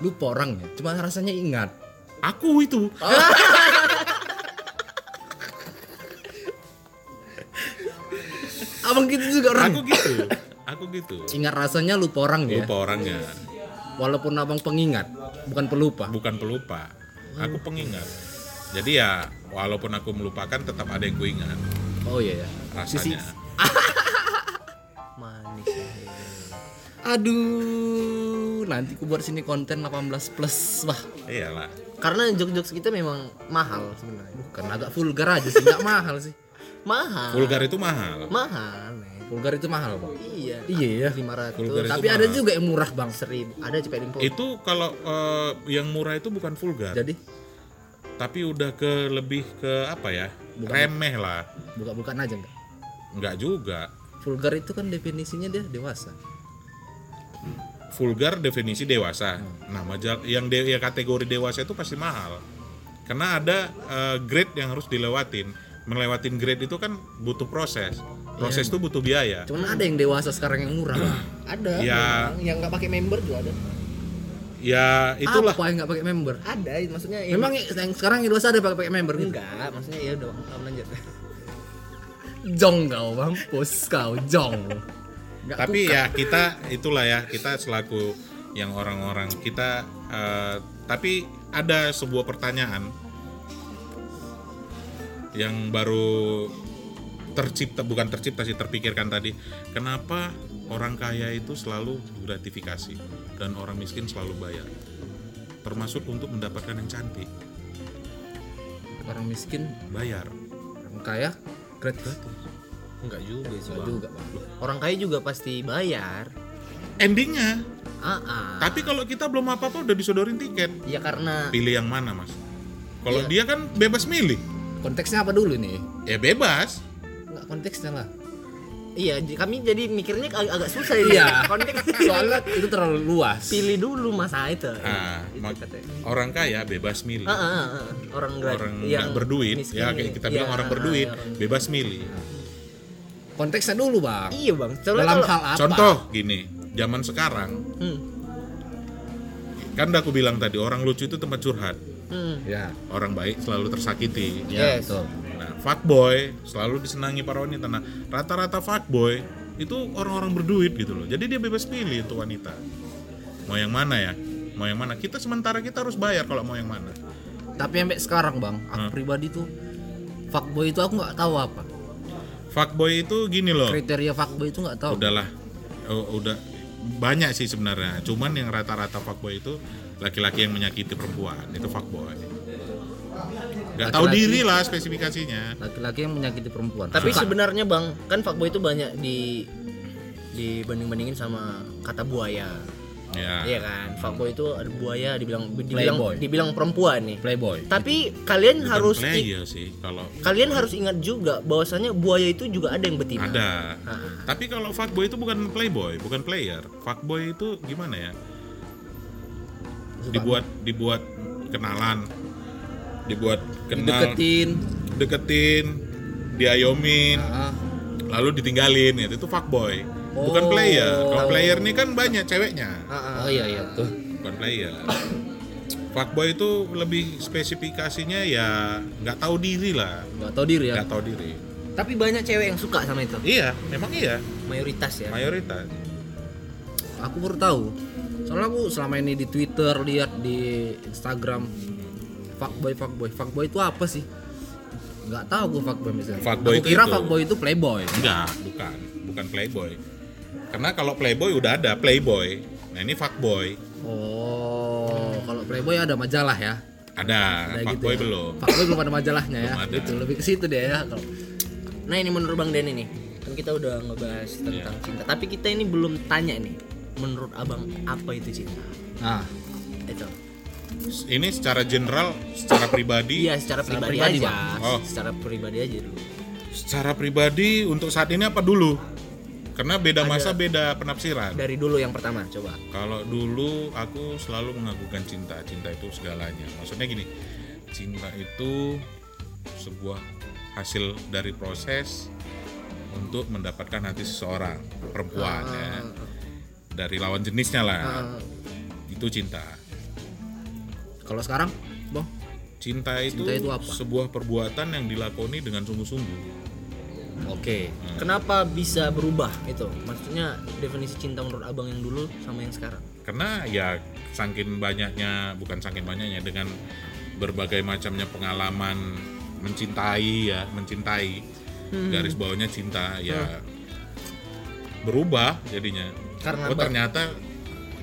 [SPEAKER 2] Lupa orangnya, cuma rasanya ingat.
[SPEAKER 3] aku itu
[SPEAKER 2] Abang gitu juga orang. ya.
[SPEAKER 3] aku gitu aku gitu
[SPEAKER 2] Ingat rasanya lupa orangnya.
[SPEAKER 3] lupa orangnya
[SPEAKER 2] Walaupun abang pengingat, bukan pelupa.
[SPEAKER 3] bukan pelupa aku pengingat jadi ya walaupun aku melupakan tetap ada yang kuingat
[SPEAKER 2] Oh iya ya.
[SPEAKER 3] rasanya
[SPEAKER 1] Manis. ya.
[SPEAKER 2] Aduh, nanti ku buat sini konten 18 plus wah.
[SPEAKER 3] iyalah
[SPEAKER 1] Karena jokes-jokes kita memang mahal sebenarnya.
[SPEAKER 2] Bukan agak vulgar aja sih, nggak mahal sih.
[SPEAKER 1] Mahal.
[SPEAKER 3] vulgar itu mahal
[SPEAKER 1] Mahal, men.
[SPEAKER 2] Vulgar itu mahal bang.
[SPEAKER 1] Iya.
[SPEAKER 2] Iya ya.
[SPEAKER 1] 500.
[SPEAKER 3] Vulgar itu
[SPEAKER 2] Tapi ada juga yang murah bang.
[SPEAKER 1] 1000. Ada juga yang impor.
[SPEAKER 3] itu kalau eh, yang murah itu bukan vulgar
[SPEAKER 2] Jadi
[SPEAKER 3] tapi udah ke lebih ke apa ya remeh lah
[SPEAKER 2] buka-bukaan aja enggak.
[SPEAKER 3] nggak juga
[SPEAKER 2] Vulgar itu kan definisinya dia dewasa.
[SPEAKER 3] vulgar definisi dewasa nama jal- yang de- ya kategori dewasa itu pasti mahal karena ada eh, grade yang harus dilewatin melewatin grade itu kan butuh proses proses itu butuh biaya
[SPEAKER 2] Cuman ada yang dewasa sekarang yang murah. Bang. ada
[SPEAKER 3] Iya.
[SPEAKER 2] memang. yang nggak pakai member juga ada.
[SPEAKER 3] ya itulah
[SPEAKER 2] Apa yang nggak pakai member?
[SPEAKER 1] ada maksudnya ya,
[SPEAKER 2] Iya. Memang yang sekarang Ilwasa ada pakai pakai member gitu.
[SPEAKER 1] enggak maksudnya ya udah kamu lanjut
[SPEAKER 2] Jong kau mampus kau jong. Nggak
[SPEAKER 3] tapi
[SPEAKER 2] kuka.
[SPEAKER 3] ya kita itulah ya kita selaku yang orang-orang kita eh, tapi ada sebuah pertanyaan yang baru tercipta bukan tercipta sih terpikirkan tadi kenapa orang kaya itu selalu gratifikasi dan orang miskin selalu bayar termasuk untuk mendapatkan yang cantik
[SPEAKER 2] orang miskin,
[SPEAKER 3] bayar
[SPEAKER 2] orang kaya, gratis.
[SPEAKER 1] enggak juga sih
[SPEAKER 2] Nggak juga, Bang.
[SPEAKER 1] orang kaya juga pasti bayar
[SPEAKER 3] endingnya
[SPEAKER 1] ah ah.
[SPEAKER 3] tapi kalau kita belum apa-apa udah disodorin tiket
[SPEAKER 1] ya karena
[SPEAKER 3] pilih yang mana mas kalau dia kan bebas milih
[SPEAKER 2] Konteksnya apa dulu nih?
[SPEAKER 3] ya bebas
[SPEAKER 2] Enggak konteksnya lah.
[SPEAKER 1] iya j- kami jadi mikirnya ag- agak susah ini
[SPEAKER 2] Iya.
[SPEAKER 1] konteks
[SPEAKER 2] Soalnya itu terlalu luas.
[SPEAKER 1] pilih dulu masa itu
[SPEAKER 3] Ah,
[SPEAKER 1] Iya, Itu
[SPEAKER 3] mak-
[SPEAKER 1] katanya.
[SPEAKER 3] orang kaya bebas milih
[SPEAKER 1] Ah, ah, ah, ah. orang gra-
[SPEAKER 3] orang
[SPEAKER 1] yang
[SPEAKER 3] nggak berduit
[SPEAKER 1] miskin
[SPEAKER 3] ya
[SPEAKER 1] ini.
[SPEAKER 3] kayak kita
[SPEAKER 1] Iya,
[SPEAKER 3] bilang orang
[SPEAKER 1] ah,
[SPEAKER 3] berduit
[SPEAKER 1] ah, orang-
[SPEAKER 3] bebas milih
[SPEAKER 2] Konteksnya dulu bang.
[SPEAKER 1] iya bang soalnya
[SPEAKER 2] Dalam
[SPEAKER 1] kalau-
[SPEAKER 2] hal apa?
[SPEAKER 3] contoh gini zaman sekarang
[SPEAKER 1] hmm,
[SPEAKER 3] kan udah aku bilang tadi orang lucu itu tempat curhat
[SPEAKER 1] hmm.
[SPEAKER 2] Ya.
[SPEAKER 3] orang baik selalu tersakiti
[SPEAKER 2] Ya,
[SPEAKER 1] Yes.
[SPEAKER 2] betul.
[SPEAKER 3] nah fuckboy selalu disenangi para wanita nah rata-rata fuckboy itu orang-orang berduit gitu loh jadi dia bebas milih untuk wanita mau yang mana ya mau yang mana kita sementara kita harus bayar kalau mau yang mana
[SPEAKER 2] Tapi sampai sekarang bang, aku
[SPEAKER 1] Hmm.
[SPEAKER 2] pribadi tuh fuckboy itu aku nggak tahu apa.
[SPEAKER 3] fuckboy itu gini loh
[SPEAKER 2] Kriteria fuckboy itu nggak tahu.
[SPEAKER 3] udahlah u- udah banyak sih sebenarnya cuman yang rata-rata fuckboy itu laki-laki yang menyakiti perempuan itu fuckboy nggak tahu
[SPEAKER 2] Laki-laki.
[SPEAKER 3] diri lah spesifikasinya
[SPEAKER 2] Laki-laki yang menyakiti perempuan.
[SPEAKER 1] tapi
[SPEAKER 2] Suka.
[SPEAKER 1] sebenarnya bang kan fuckboy itu banyak di dibanding bandingin sama kata buaya
[SPEAKER 3] ya
[SPEAKER 1] iya kan fuckboy itu ada buaya dibilang dibilang
[SPEAKER 2] Playboy.
[SPEAKER 1] dibilang perempuan nih
[SPEAKER 2] playboy.
[SPEAKER 1] tapi kalian
[SPEAKER 3] Bukan
[SPEAKER 1] harus i-
[SPEAKER 3] player sih kalau
[SPEAKER 1] kalian harus ingat juga bahwasannya buaya itu juga ada yang betina
[SPEAKER 3] ada
[SPEAKER 1] Ah.
[SPEAKER 3] tapi kalau fuckboy itu bukan playboy bukan player fuckboy itu gimana ya dibuat dibuat kenalan dibuat
[SPEAKER 2] Nah.
[SPEAKER 3] kenal
[SPEAKER 2] Dideketin.
[SPEAKER 3] deketin diayomin
[SPEAKER 2] Ah,
[SPEAKER 3] lalu ditinggalin itu itu fuckboy bukan
[SPEAKER 2] Oh.
[SPEAKER 3] player kalau player ini kan banyak ceweknya
[SPEAKER 1] Ah, ah.
[SPEAKER 2] Oh iya iya tuh.
[SPEAKER 3] bukan player fuckboy itu lebih spesifikasinya ya nggak tahu diri lah
[SPEAKER 2] Nggak tahu diri ya.
[SPEAKER 3] nggak tahu diri
[SPEAKER 1] tapi banyak cewek yang suka sama itu
[SPEAKER 3] iya memang iya
[SPEAKER 1] mayoritas ya
[SPEAKER 3] mayoritas
[SPEAKER 2] Aku baru tahu. Soalnya aku selama ini di Twitter lihat di Instagram fuckboy fuckboy fuckboy itu apa sih? Nggak tahu gue fuckboy misalnya.
[SPEAKER 3] Fuckboy
[SPEAKER 2] aku kira
[SPEAKER 3] itu-
[SPEAKER 2] fuckboy itu playboy.
[SPEAKER 3] enggak bukan bukan playboy karena kalau playboy udah ada playboy nah ini fuckboy
[SPEAKER 2] Oh, kalau playboy ada majalah ya.
[SPEAKER 3] ada
[SPEAKER 2] Ada
[SPEAKER 3] Nah, fuckboy
[SPEAKER 2] ya.
[SPEAKER 3] belum
[SPEAKER 2] Fuckboy belum ada majalahnya ya.
[SPEAKER 3] Belum ada.
[SPEAKER 2] Itu lebih ke situ dia ya. Kalau
[SPEAKER 1] nah ini menurut bang Denny nih kan kita udah ngebahas tentang cinta tapi kita ini belum tanya nih menurut abang apa itu cinta
[SPEAKER 2] nah,
[SPEAKER 1] itu
[SPEAKER 3] ini secara general secara pribadi
[SPEAKER 1] iya secara
[SPEAKER 2] Secara
[SPEAKER 1] pribadi,
[SPEAKER 2] pribadi,
[SPEAKER 1] aja
[SPEAKER 2] Bang.
[SPEAKER 3] Oh.
[SPEAKER 1] secara pribadi aja dulu
[SPEAKER 3] secara pribadi untuk saat ini apa dulu karena beda masa beda penafsiran
[SPEAKER 1] dari dulu yang pertama coba
[SPEAKER 3] Kalau dulu aku selalu mengagungkan cinta. Cinta itu segalanya. Maksudnya gini, cinta itu sebuah hasil dari proses untuk mendapatkan hati seseorang perempuan
[SPEAKER 2] Ah,
[SPEAKER 3] ya. Dari lawan jenisnya lah. Itu cinta.
[SPEAKER 2] kalau sekarang, Bang,
[SPEAKER 3] Cinta itu,
[SPEAKER 2] Cinta itu apa?
[SPEAKER 3] sebuah perbuatan yang dilakoni dengan sungguh-sungguh.
[SPEAKER 2] oke.
[SPEAKER 1] kenapa bisa berubah itu maksudnya definisi cinta menurut abang yang dulu sama yang sekarang
[SPEAKER 3] Karena ya saking banyaknya, bukan saking banyaknya dengan berbagai macamnya pengalaman mencintai ya, mencintai garis bawahnya cinta ya berubah jadinya.
[SPEAKER 1] Karena
[SPEAKER 3] oh
[SPEAKER 1] apa?
[SPEAKER 3] ternyata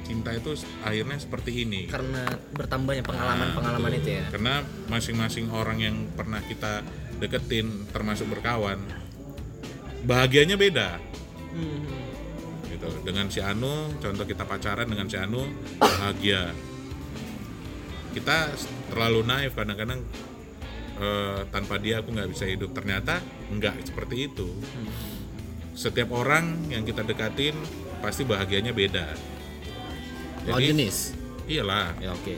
[SPEAKER 3] cinta itu akhirnya seperti ini.
[SPEAKER 1] karena bertambahnya
[SPEAKER 3] Nah,
[SPEAKER 1] pengalaman-pengalaman
[SPEAKER 3] betul.
[SPEAKER 1] itu ya
[SPEAKER 3] Karena masing-masing orang yang pernah kita deketin termasuk berkawan bahagianya beda
[SPEAKER 1] Hmm.
[SPEAKER 3] gitu. Dengan si Anu, contoh kita pacaran dengan si Anu bahagia. Kita terlalu naif kadang-kadang eh, tanpa dia aku nggak bisa hidup. Ternyata nggak seperti itu.
[SPEAKER 1] Hmm.
[SPEAKER 3] Setiap orang yang kita dekatin pasti bahagianya beda.
[SPEAKER 1] Oh,
[SPEAKER 2] Lawan
[SPEAKER 3] Jadi
[SPEAKER 2] jenis.
[SPEAKER 3] iyalah.
[SPEAKER 2] Ya oke.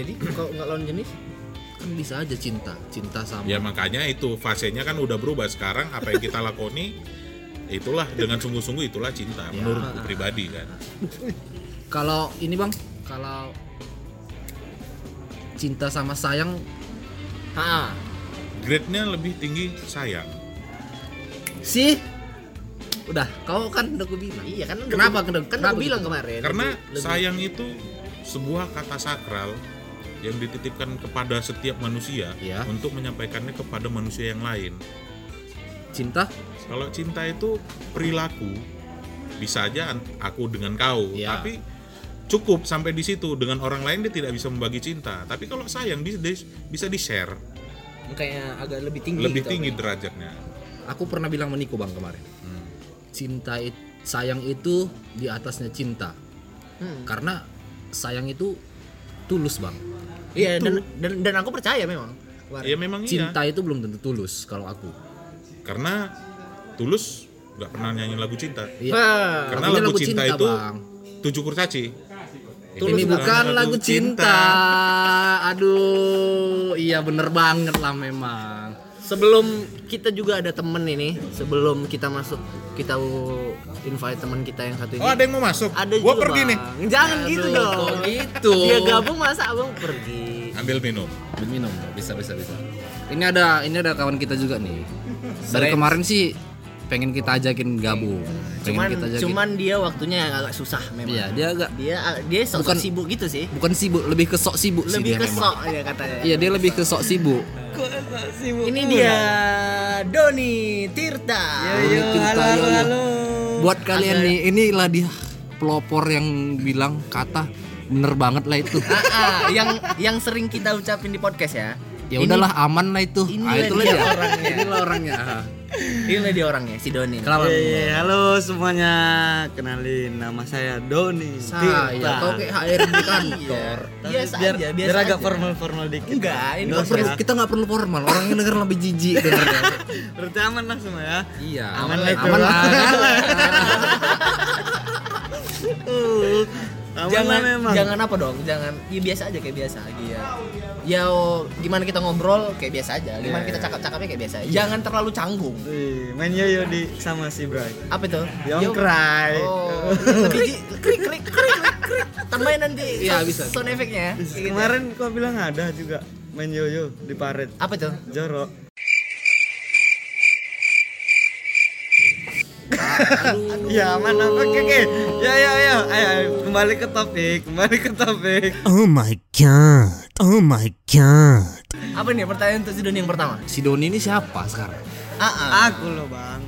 [SPEAKER 1] jadi kalau nggak lawan jenis
[SPEAKER 2] Kan bisa aja cinta, cinta sama.
[SPEAKER 3] Ya makanya itu fasenya kan udah berubah sekarang apa yang kita lakoni itulah dengan sungguh-sungguh itulah cinta menurutku pribadi kan.
[SPEAKER 2] Kalau ini, Bang, kalau cinta sama sayang
[SPEAKER 1] Ha.
[SPEAKER 3] grade-nya lebih tinggi sayang
[SPEAKER 2] sih udah kau kan udah gue bilang
[SPEAKER 1] Iya kan udah
[SPEAKER 2] Kenapa?
[SPEAKER 1] gua-
[SPEAKER 2] Kenapa?
[SPEAKER 1] kan
[SPEAKER 2] Kenapa
[SPEAKER 1] aku
[SPEAKER 2] gitu?
[SPEAKER 1] bilang kemarin.
[SPEAKER 3] karena
[SPEAKER 1] lebih-
[SPEAKER 3] sayang itu sebuah kata sakral yang dititipkan kepada setiap manusia
[SPEAKER 2] Iya.
[SPEAKER 3] untuk menyampaikannya kepada manusia yang lain
[SPEAKER 2] cinta
[SPEAKER 3] Kalau cinta itu perilaku, bisa aja an- aku dengan kau,
[SPEAKER 2] Iya.
[SPEAKER 3] tapi cukup sampai di situ. Dengan orang lain dia tidak bisa membagi cinta, tapi kalau sayang dia bisa di share,
[SPEAKER 1] kayaknya agak lebih tinggi.
[SPEAKER 3] lebih
[SPEAKER 1] gitu.
[SPEAKER 3] tinggi Hmm. derajatnya.
[SPEAKER 2] aku pernah bilang meniku bang kemarin cinta it- sayang itu di atasnya cinta
[SPEAKER 1] Hmm.
[SPEAKER 2] karena sayang itu tulus bang
[SPEAKER 1] Iya dan, dan dan aku percaya memang. Kemarin.
[SPEAKER 3] Ya memang
[SPEAKER 2] cinta
[SPEAKER 3] iya,
[SPEAKER 2] itu belum tentu tulus kalau aku
[SPEAKER 3] karena tulus nggak pernah nyanyi lagu cinta.
[SPEAKER 2] iya
[SPEAKER 1] Wah.
[SPEAKER 3] Karena
[SPEAKER 2] Lagunya
[SPEAKER 3] lagu,
[SPEAKER 2] lagu
[SPEAKER 3] cinta,
[SPEAKER 2] cinta,
[SPEAKER 3] itu
[SPEAKER 2] Bang.
[SPEAKER 3] tujuh kurcaci.
[SPEAKER 1] Tulus
[SPEAKER 2] ini bukan lagu cinta. aduh iya bener banget lah memang
[SPEAKER 1] Sebelum kita juga ada temen ini, sebelum kita masuk kita u- invite teman kita yang satu ini.
[SPEAKER 3] Oh ada yang mau masuk?
[SPEAKER 1] Ada
[SPEAKER 3] Gua
[SPEAKER 1] juga,
[SPEAKER 3] pergi
[SPEAKER 1] Bang.
[SPEAKER 3] nih,
[SPEAKER 1] Jangan
[SPEAKER 2] Aduh,
[SPEAKER 1] gitu dong.
[SPEAKER 2] kok gitu?
[SPEAKER 1] Dia gabung masa abang pergi.
[SPEAKER 3] ambil minum.
[SPEAKER 2] Ambil minum bro. bisa bisa bisa ini ada ini ada kawan kita juga nih dari
[SPEAKER 1] Selain-
[SPEAKER 2] kemarin sih pengen kita ajakin gabung pengen
[SPEAKER 1] Cuman
[SPEAKER 2] kita ajakin
[SPEAKER 1] cuman dia waktunya agak susah memang.
[SPEAKER 2] iya dia agak
[SPEAKER 1] Dia dia sok
[SPEAKER 2] Bukan-
[SPEAKER 1] sibuk gitu sih.
[SPEAKER 2] bukan sibuk lebih ke sok sibuk sih
[SPEAKER 1] Lebih
[SPEAKER 2] dia memang
[SPEAKER 1] kesok ya katanya.
[SPEAKER 2] iya dia lebih ke sok sibuk
[SPEAKER 1] Ini dia Doni Tirta.
[SPEAKER 4] Iya,
[SPEAKER 2] Yo, yo, halo, halo, halo. iya, buat kalian nih inilah dia pelopor yang bilang kata bener banget lah itu
[SPEAKER 1] Ah, ah, yang yang sering kita ucapin di podcast ya.
[SPEAKER 2] ya
[SPEAKER 1] Ini-
[SPEAKER 2] udahlah aman lah itu
[SPEAKER 1] inilah
[SPEAKER 2] ah, itulah
[SPEAKER 1] dia
[SPEAKER 2] dia
[SPEAKER 1] orangnya.
[SPEAKER 2] inilah orangnya
[SPEAKER 1] Ini dia orangnya si Doni.
[SPEAKER 2] kenapa
[SPEAKER 4] Yeay, Iya, halo semuanya, kenalin nama saya Doni.
[SPEAKER 1] Ah, iya.
[SPEAKER 2] saya kau kayak HRD kantor
[SPEAKER 1] ya, Biasa
[SPEAKER 4] Iya. biar,
[SPEAKER 1] aja, biasa
[SPEAKER 4] biar agak
[SPEAKER 1] aja.
[SPEAKER 4] formal-formal dikit.
[SPEAKER 1] Enggak, ini
[SPEAKER 2] Nggak perlu,
[SPEAKER 4] ya?
[SPEAKER 2] kita nggak perlu formal orang yang denger lebih jijik dengernya.
[SPEAKER 4] Berarti aman lah semua ya.
[SPEAKER 2] iya
[SPEAKER 4] Aman lah itu.
[SPEAKER 2] aman lah aman lah.
[SPEAKER 1] Uh,
[SPEAKER 4] Aman
[SPEAKER 1] jangan
[SPEAKER 4] lah memang.
[SPEAKER 1] jangan apa dong? Jangan ya biasa aja kayak biasa lagi ya. Ya oh, gimana kita ngobrol kayak biasa aja.
[SPEAKER 2] Iya.
[SPEAKER 1] Gimana kita cakap-cakapnya kayak biasa. aja. Jangan terlalu canggung.
[SPEAKER 4] Wih, main yoyo di sama si Bray.
[SPEAKER 1] Apa itu?
[SPEAKER 4] Yongkrai.
[SPEAKER 1] Oh, lebih ji- krik krik krik krik krik. Tambahin nanti
[SPEAKER 2] Iya,
[SPEAKER 1] sound-
[SPEAKER 2] bisa.
[SPEAKER 1] sound efeknya. Gitu.
[SPEAKER 4] Kemarin kau bilang ada juga main yoyo di paret.
[SPEAKER 1] apa itu?
[SPEAKER 4] Jorok. Ya aman lah. Oke oke. Ya ya ya. Ayo, ayo kembali ke topik, kembali ke topik.
[SPEAKER 5] Oh my god. Oh my god.
[SPEAKER 1] Apa nih pertanyaan untuk si Doni yang pertama? Ah,
[SPEAKER 2] si Doni ini siapa sekarang
[SPEAKER 1] Aa.
[SPEAKER 4] Aku loh, Bang.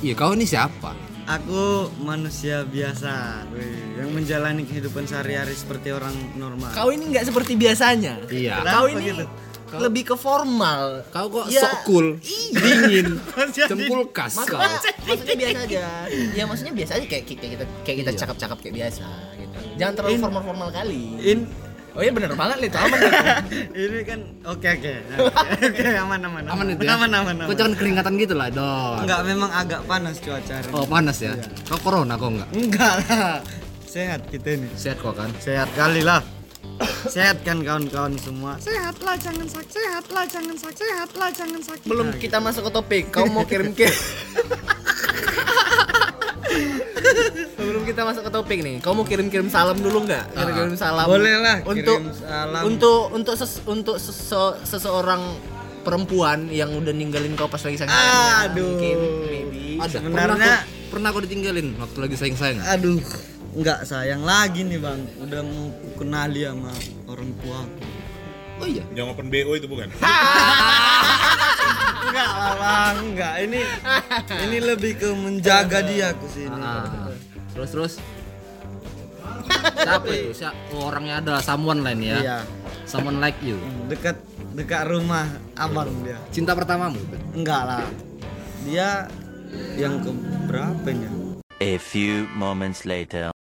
[SPEAKER 2] iya kau ini siapa
[SPEAKER 4] Aku manusia biasa weh, yang menjalani kehidupan sehari-hari seperti orang normal.
[SPEAKER 1] Kau ini nggak seperti biasanya.
[SPEAKER 2] Iya.
[SPEAKER 1] Kau
[SPEAKER 4] Kenapa
[SPEAKER 1] ini
[SPEAKER 4] gitu?
[SPEAKER 1] lebih ke formal.
[SPEAKER 2] Kau kok
[SPEAKER 1] Ya,
[SPEAKER 2] sok cool, dingin,
[SPEAKER 4] Manusia
[SPEAKER 2] cempul kas kau.
[SPEAKER 1] Maksudnya, maksudnya biasa aja. Ya maksudnya biasa aja kayak kayak kita kayak kita
[SPEAKER 2] Iya.
[SPEAKER 1] cakap-cakap kayak biasa gitu. Jangan terlalu
[SPEAKER 4] In-
[SPEAKER 1] formal-formal kali.
[SPEAKER 4] In
[SPEAKER 1] Oh iya bener banget itu aman. Lid.
[SPEAKER 4] ini kan oke oke. Oke aman aman.
[SPEAKER 2] Aman itu ya?
[SPEAKER 4] Aman aman. aman.
[SPEAKER 2] Kau jangan keringatan gitu lah, dong.
[SPEAKER 4] Enggak Iya. memang agak panas cuaca hari.
[SPEAKER 2] Oh,
[SPEAKER 4] ini.
[SPEAKER 2] panas ya. Kau corona kau enggak?
[SPEAKER 4] Enggak lah. Sehat kita ini.
[SPEAKER 2] Sehat kau kan?
[SPEAKER 4] Sehat kali lah. Sehat kan kawan-kawan semua.
[SPEAKER 6] sehatlah jangan sakit sehatlah jangan sakit sehatlah jangan sakit
[SPEAKER 1] Belum kita masuk ke topik. Kau mau kirim-kirim. Sebelum kita masuk ke topik nih, kau mau kirim-kirim salam dulu nggak? Kirim-kirim salam.
[SPEAKER 4] Boleh lah, kirim
[SPEAKER 1] Untuk
[SPEAKER 4] salam.
[SPEAKER 1] untuk
[SPEAKER 2] Oh,
[SPEAKER 1] untuk ses- untuk sese- seseorang perempuan yang udah ninggalin kau pas lagi sakit.
[SPEAKER 4] Aduh.
[SPEAKER 1] Mungkin maybe.
[SPEAKER 2] Ada.
[SPEAKER 4] Sebenarnya-
[SPEAKER 2] Pernah kau, pernah kau ditinggalin waktu lagi sayang-sayang?
[SPEAKER 4] Aduh, enggak sayang lagi nih bang. Udah mau kenali sama orang tua. aku.
[SPEAKER 2] Oh iya.
[SPEAKER 3] Yang open bo itu bukan?
[SPEAKER 4] Enggak lah bang, enggak. Ini ini lebih ke menjaga dia aku sini.
[SPEAKER 2] Ah. Terus terus. Siapa itu? Siapa? Oh, orangnya ada someone lain ya.
[SPEAKER 4] Iya.
[SPEAKER 2] Someone like you.
[SPEAKER 4] Dekat dekat rumah abang dia.
[SPEAKER 2] Cinta pertamamu.
[SPEAKER 4] Enggak lah. Dia yang ke berapa ini ya?
[SPEAKER 7] A few moments later.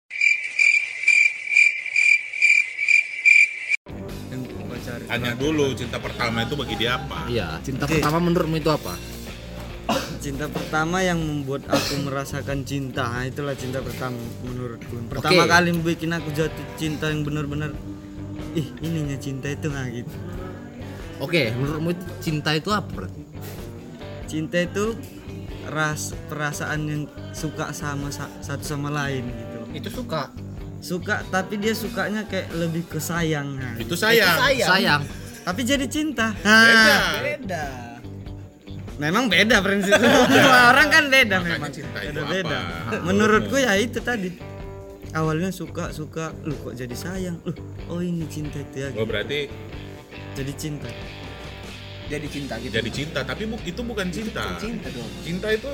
[SPEAKER 4] Yang gua cari.
[SPEAKER 3] Tanya dulu cinta pertama itu bagi dia apa?
[SPEAKER 2] Iya, cinta
[SPEAKER 4] Oke.
[SPEAKER 2] pertama menurutmu itu apa?
[SPEAKER 4] Cinta pertama yang membuat aku merasakan cinta, nah, itulah cinta pertama menurutku. Yang Pertama
[SPEAKER 2] Oke.
[SPEAKER 4] kali bikin aku jatuh cinta yang benar-benar ih ininya cinta itu nah gitu.
[SPEAKER 2] Oke, menurutmu cinta itu apa? Bro?
[SPEAKER 4] cinta itu ras perasaan yang suka sama sa- satu sama lain gitu
[SPEAKER 1] Itu suka.
[SPEAKER 4] suka tapi dia sukanya kayak lebih ke sayang nah.
[SPEAKER 3] Iya. Itu sayang.
[SPEAKER 2] sayang
[SPEAKER 4] tapi jadi cinta
[SPEAKER 3] Beda.
[SPEAKER 4] nah,
[SPEAKER 1] Beda.
[SPEAKER 4] memang beda prinsip semua orang kan beda
[SPEAKER 3] Iya. Makanya
[SPEAKER 4] memang
[SPEAKER 3] cinta itu
[SPEAKER 4] beda beda
[SPEAKER 3] apa?
[SPEAKER 4] menurutku ya itu tadi awalnya suka suka lu kok jadi sayang lu oh ini cinta itu ya
[SPEAKER 3] Oh berarti
[SPEAKER 4] jadi cinta
[SPEAKER 1] Jadi cinta gitu.
[SPEAKER 3] jadi cinta, tapi bu- itu bukan cinta.
[SPEAKER 1] cinta dong.
[SPEAKER 3] Cinta itu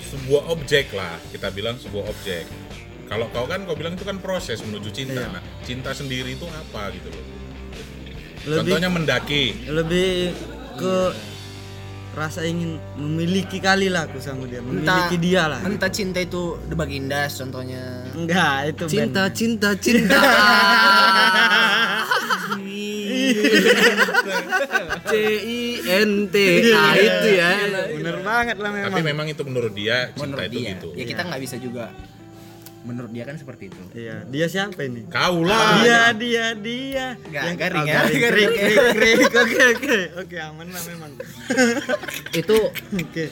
[SPEAKER 3] sebuah objek lah, kita bilang sebuah objek. Kalau kau kan kau bilang itu kan proses menuju cinta. Nah, cinta sendiri itu apa gitu loh.
[SPEAKER 4] lebih
[SPEAKER 3] Contohnya mendaki.
[SPEAKER 4] lebih ke rasa ingin memiliki kali lah aku sama dia memiliki dia lah
[SPEAKER 1] Entah cinta itu The Bagindas contohnya.
[SPEAKER 4] enggak itu band.
[SPEAKER 2] cinta cinta cinta C I N T A itu ya
[SPEAKER 4] bener banget lah memang
[SPEAKER 3] Tapi memang itu menurut dia cinta
[SPEAKER 1] Menurut
[SPEAKER 3] itu
[SPEAKER 1] dia.
[SPEAKER 3] gitu.
[SPEAKER 1] Ya kita nggak bisa juga. Menurut dia kan seperti itu.
[SPEAKER 4] iya dia siapa ini
[SPEAKER 3] Kau lah.
[SPEAKER 4] dia Iya, dia dia
[SPEAKER 1] Enggak,
[SPEAKER 4] Yang-
[SPEAKER 1] garing
[SPEAKER 4] oh,
[SPEAKER 1] ya.
[SPEAKER 4] garing garing garing. oke oke oke aman lah memang
[SPEAKER 2] itu
[SPEAKER 4] oke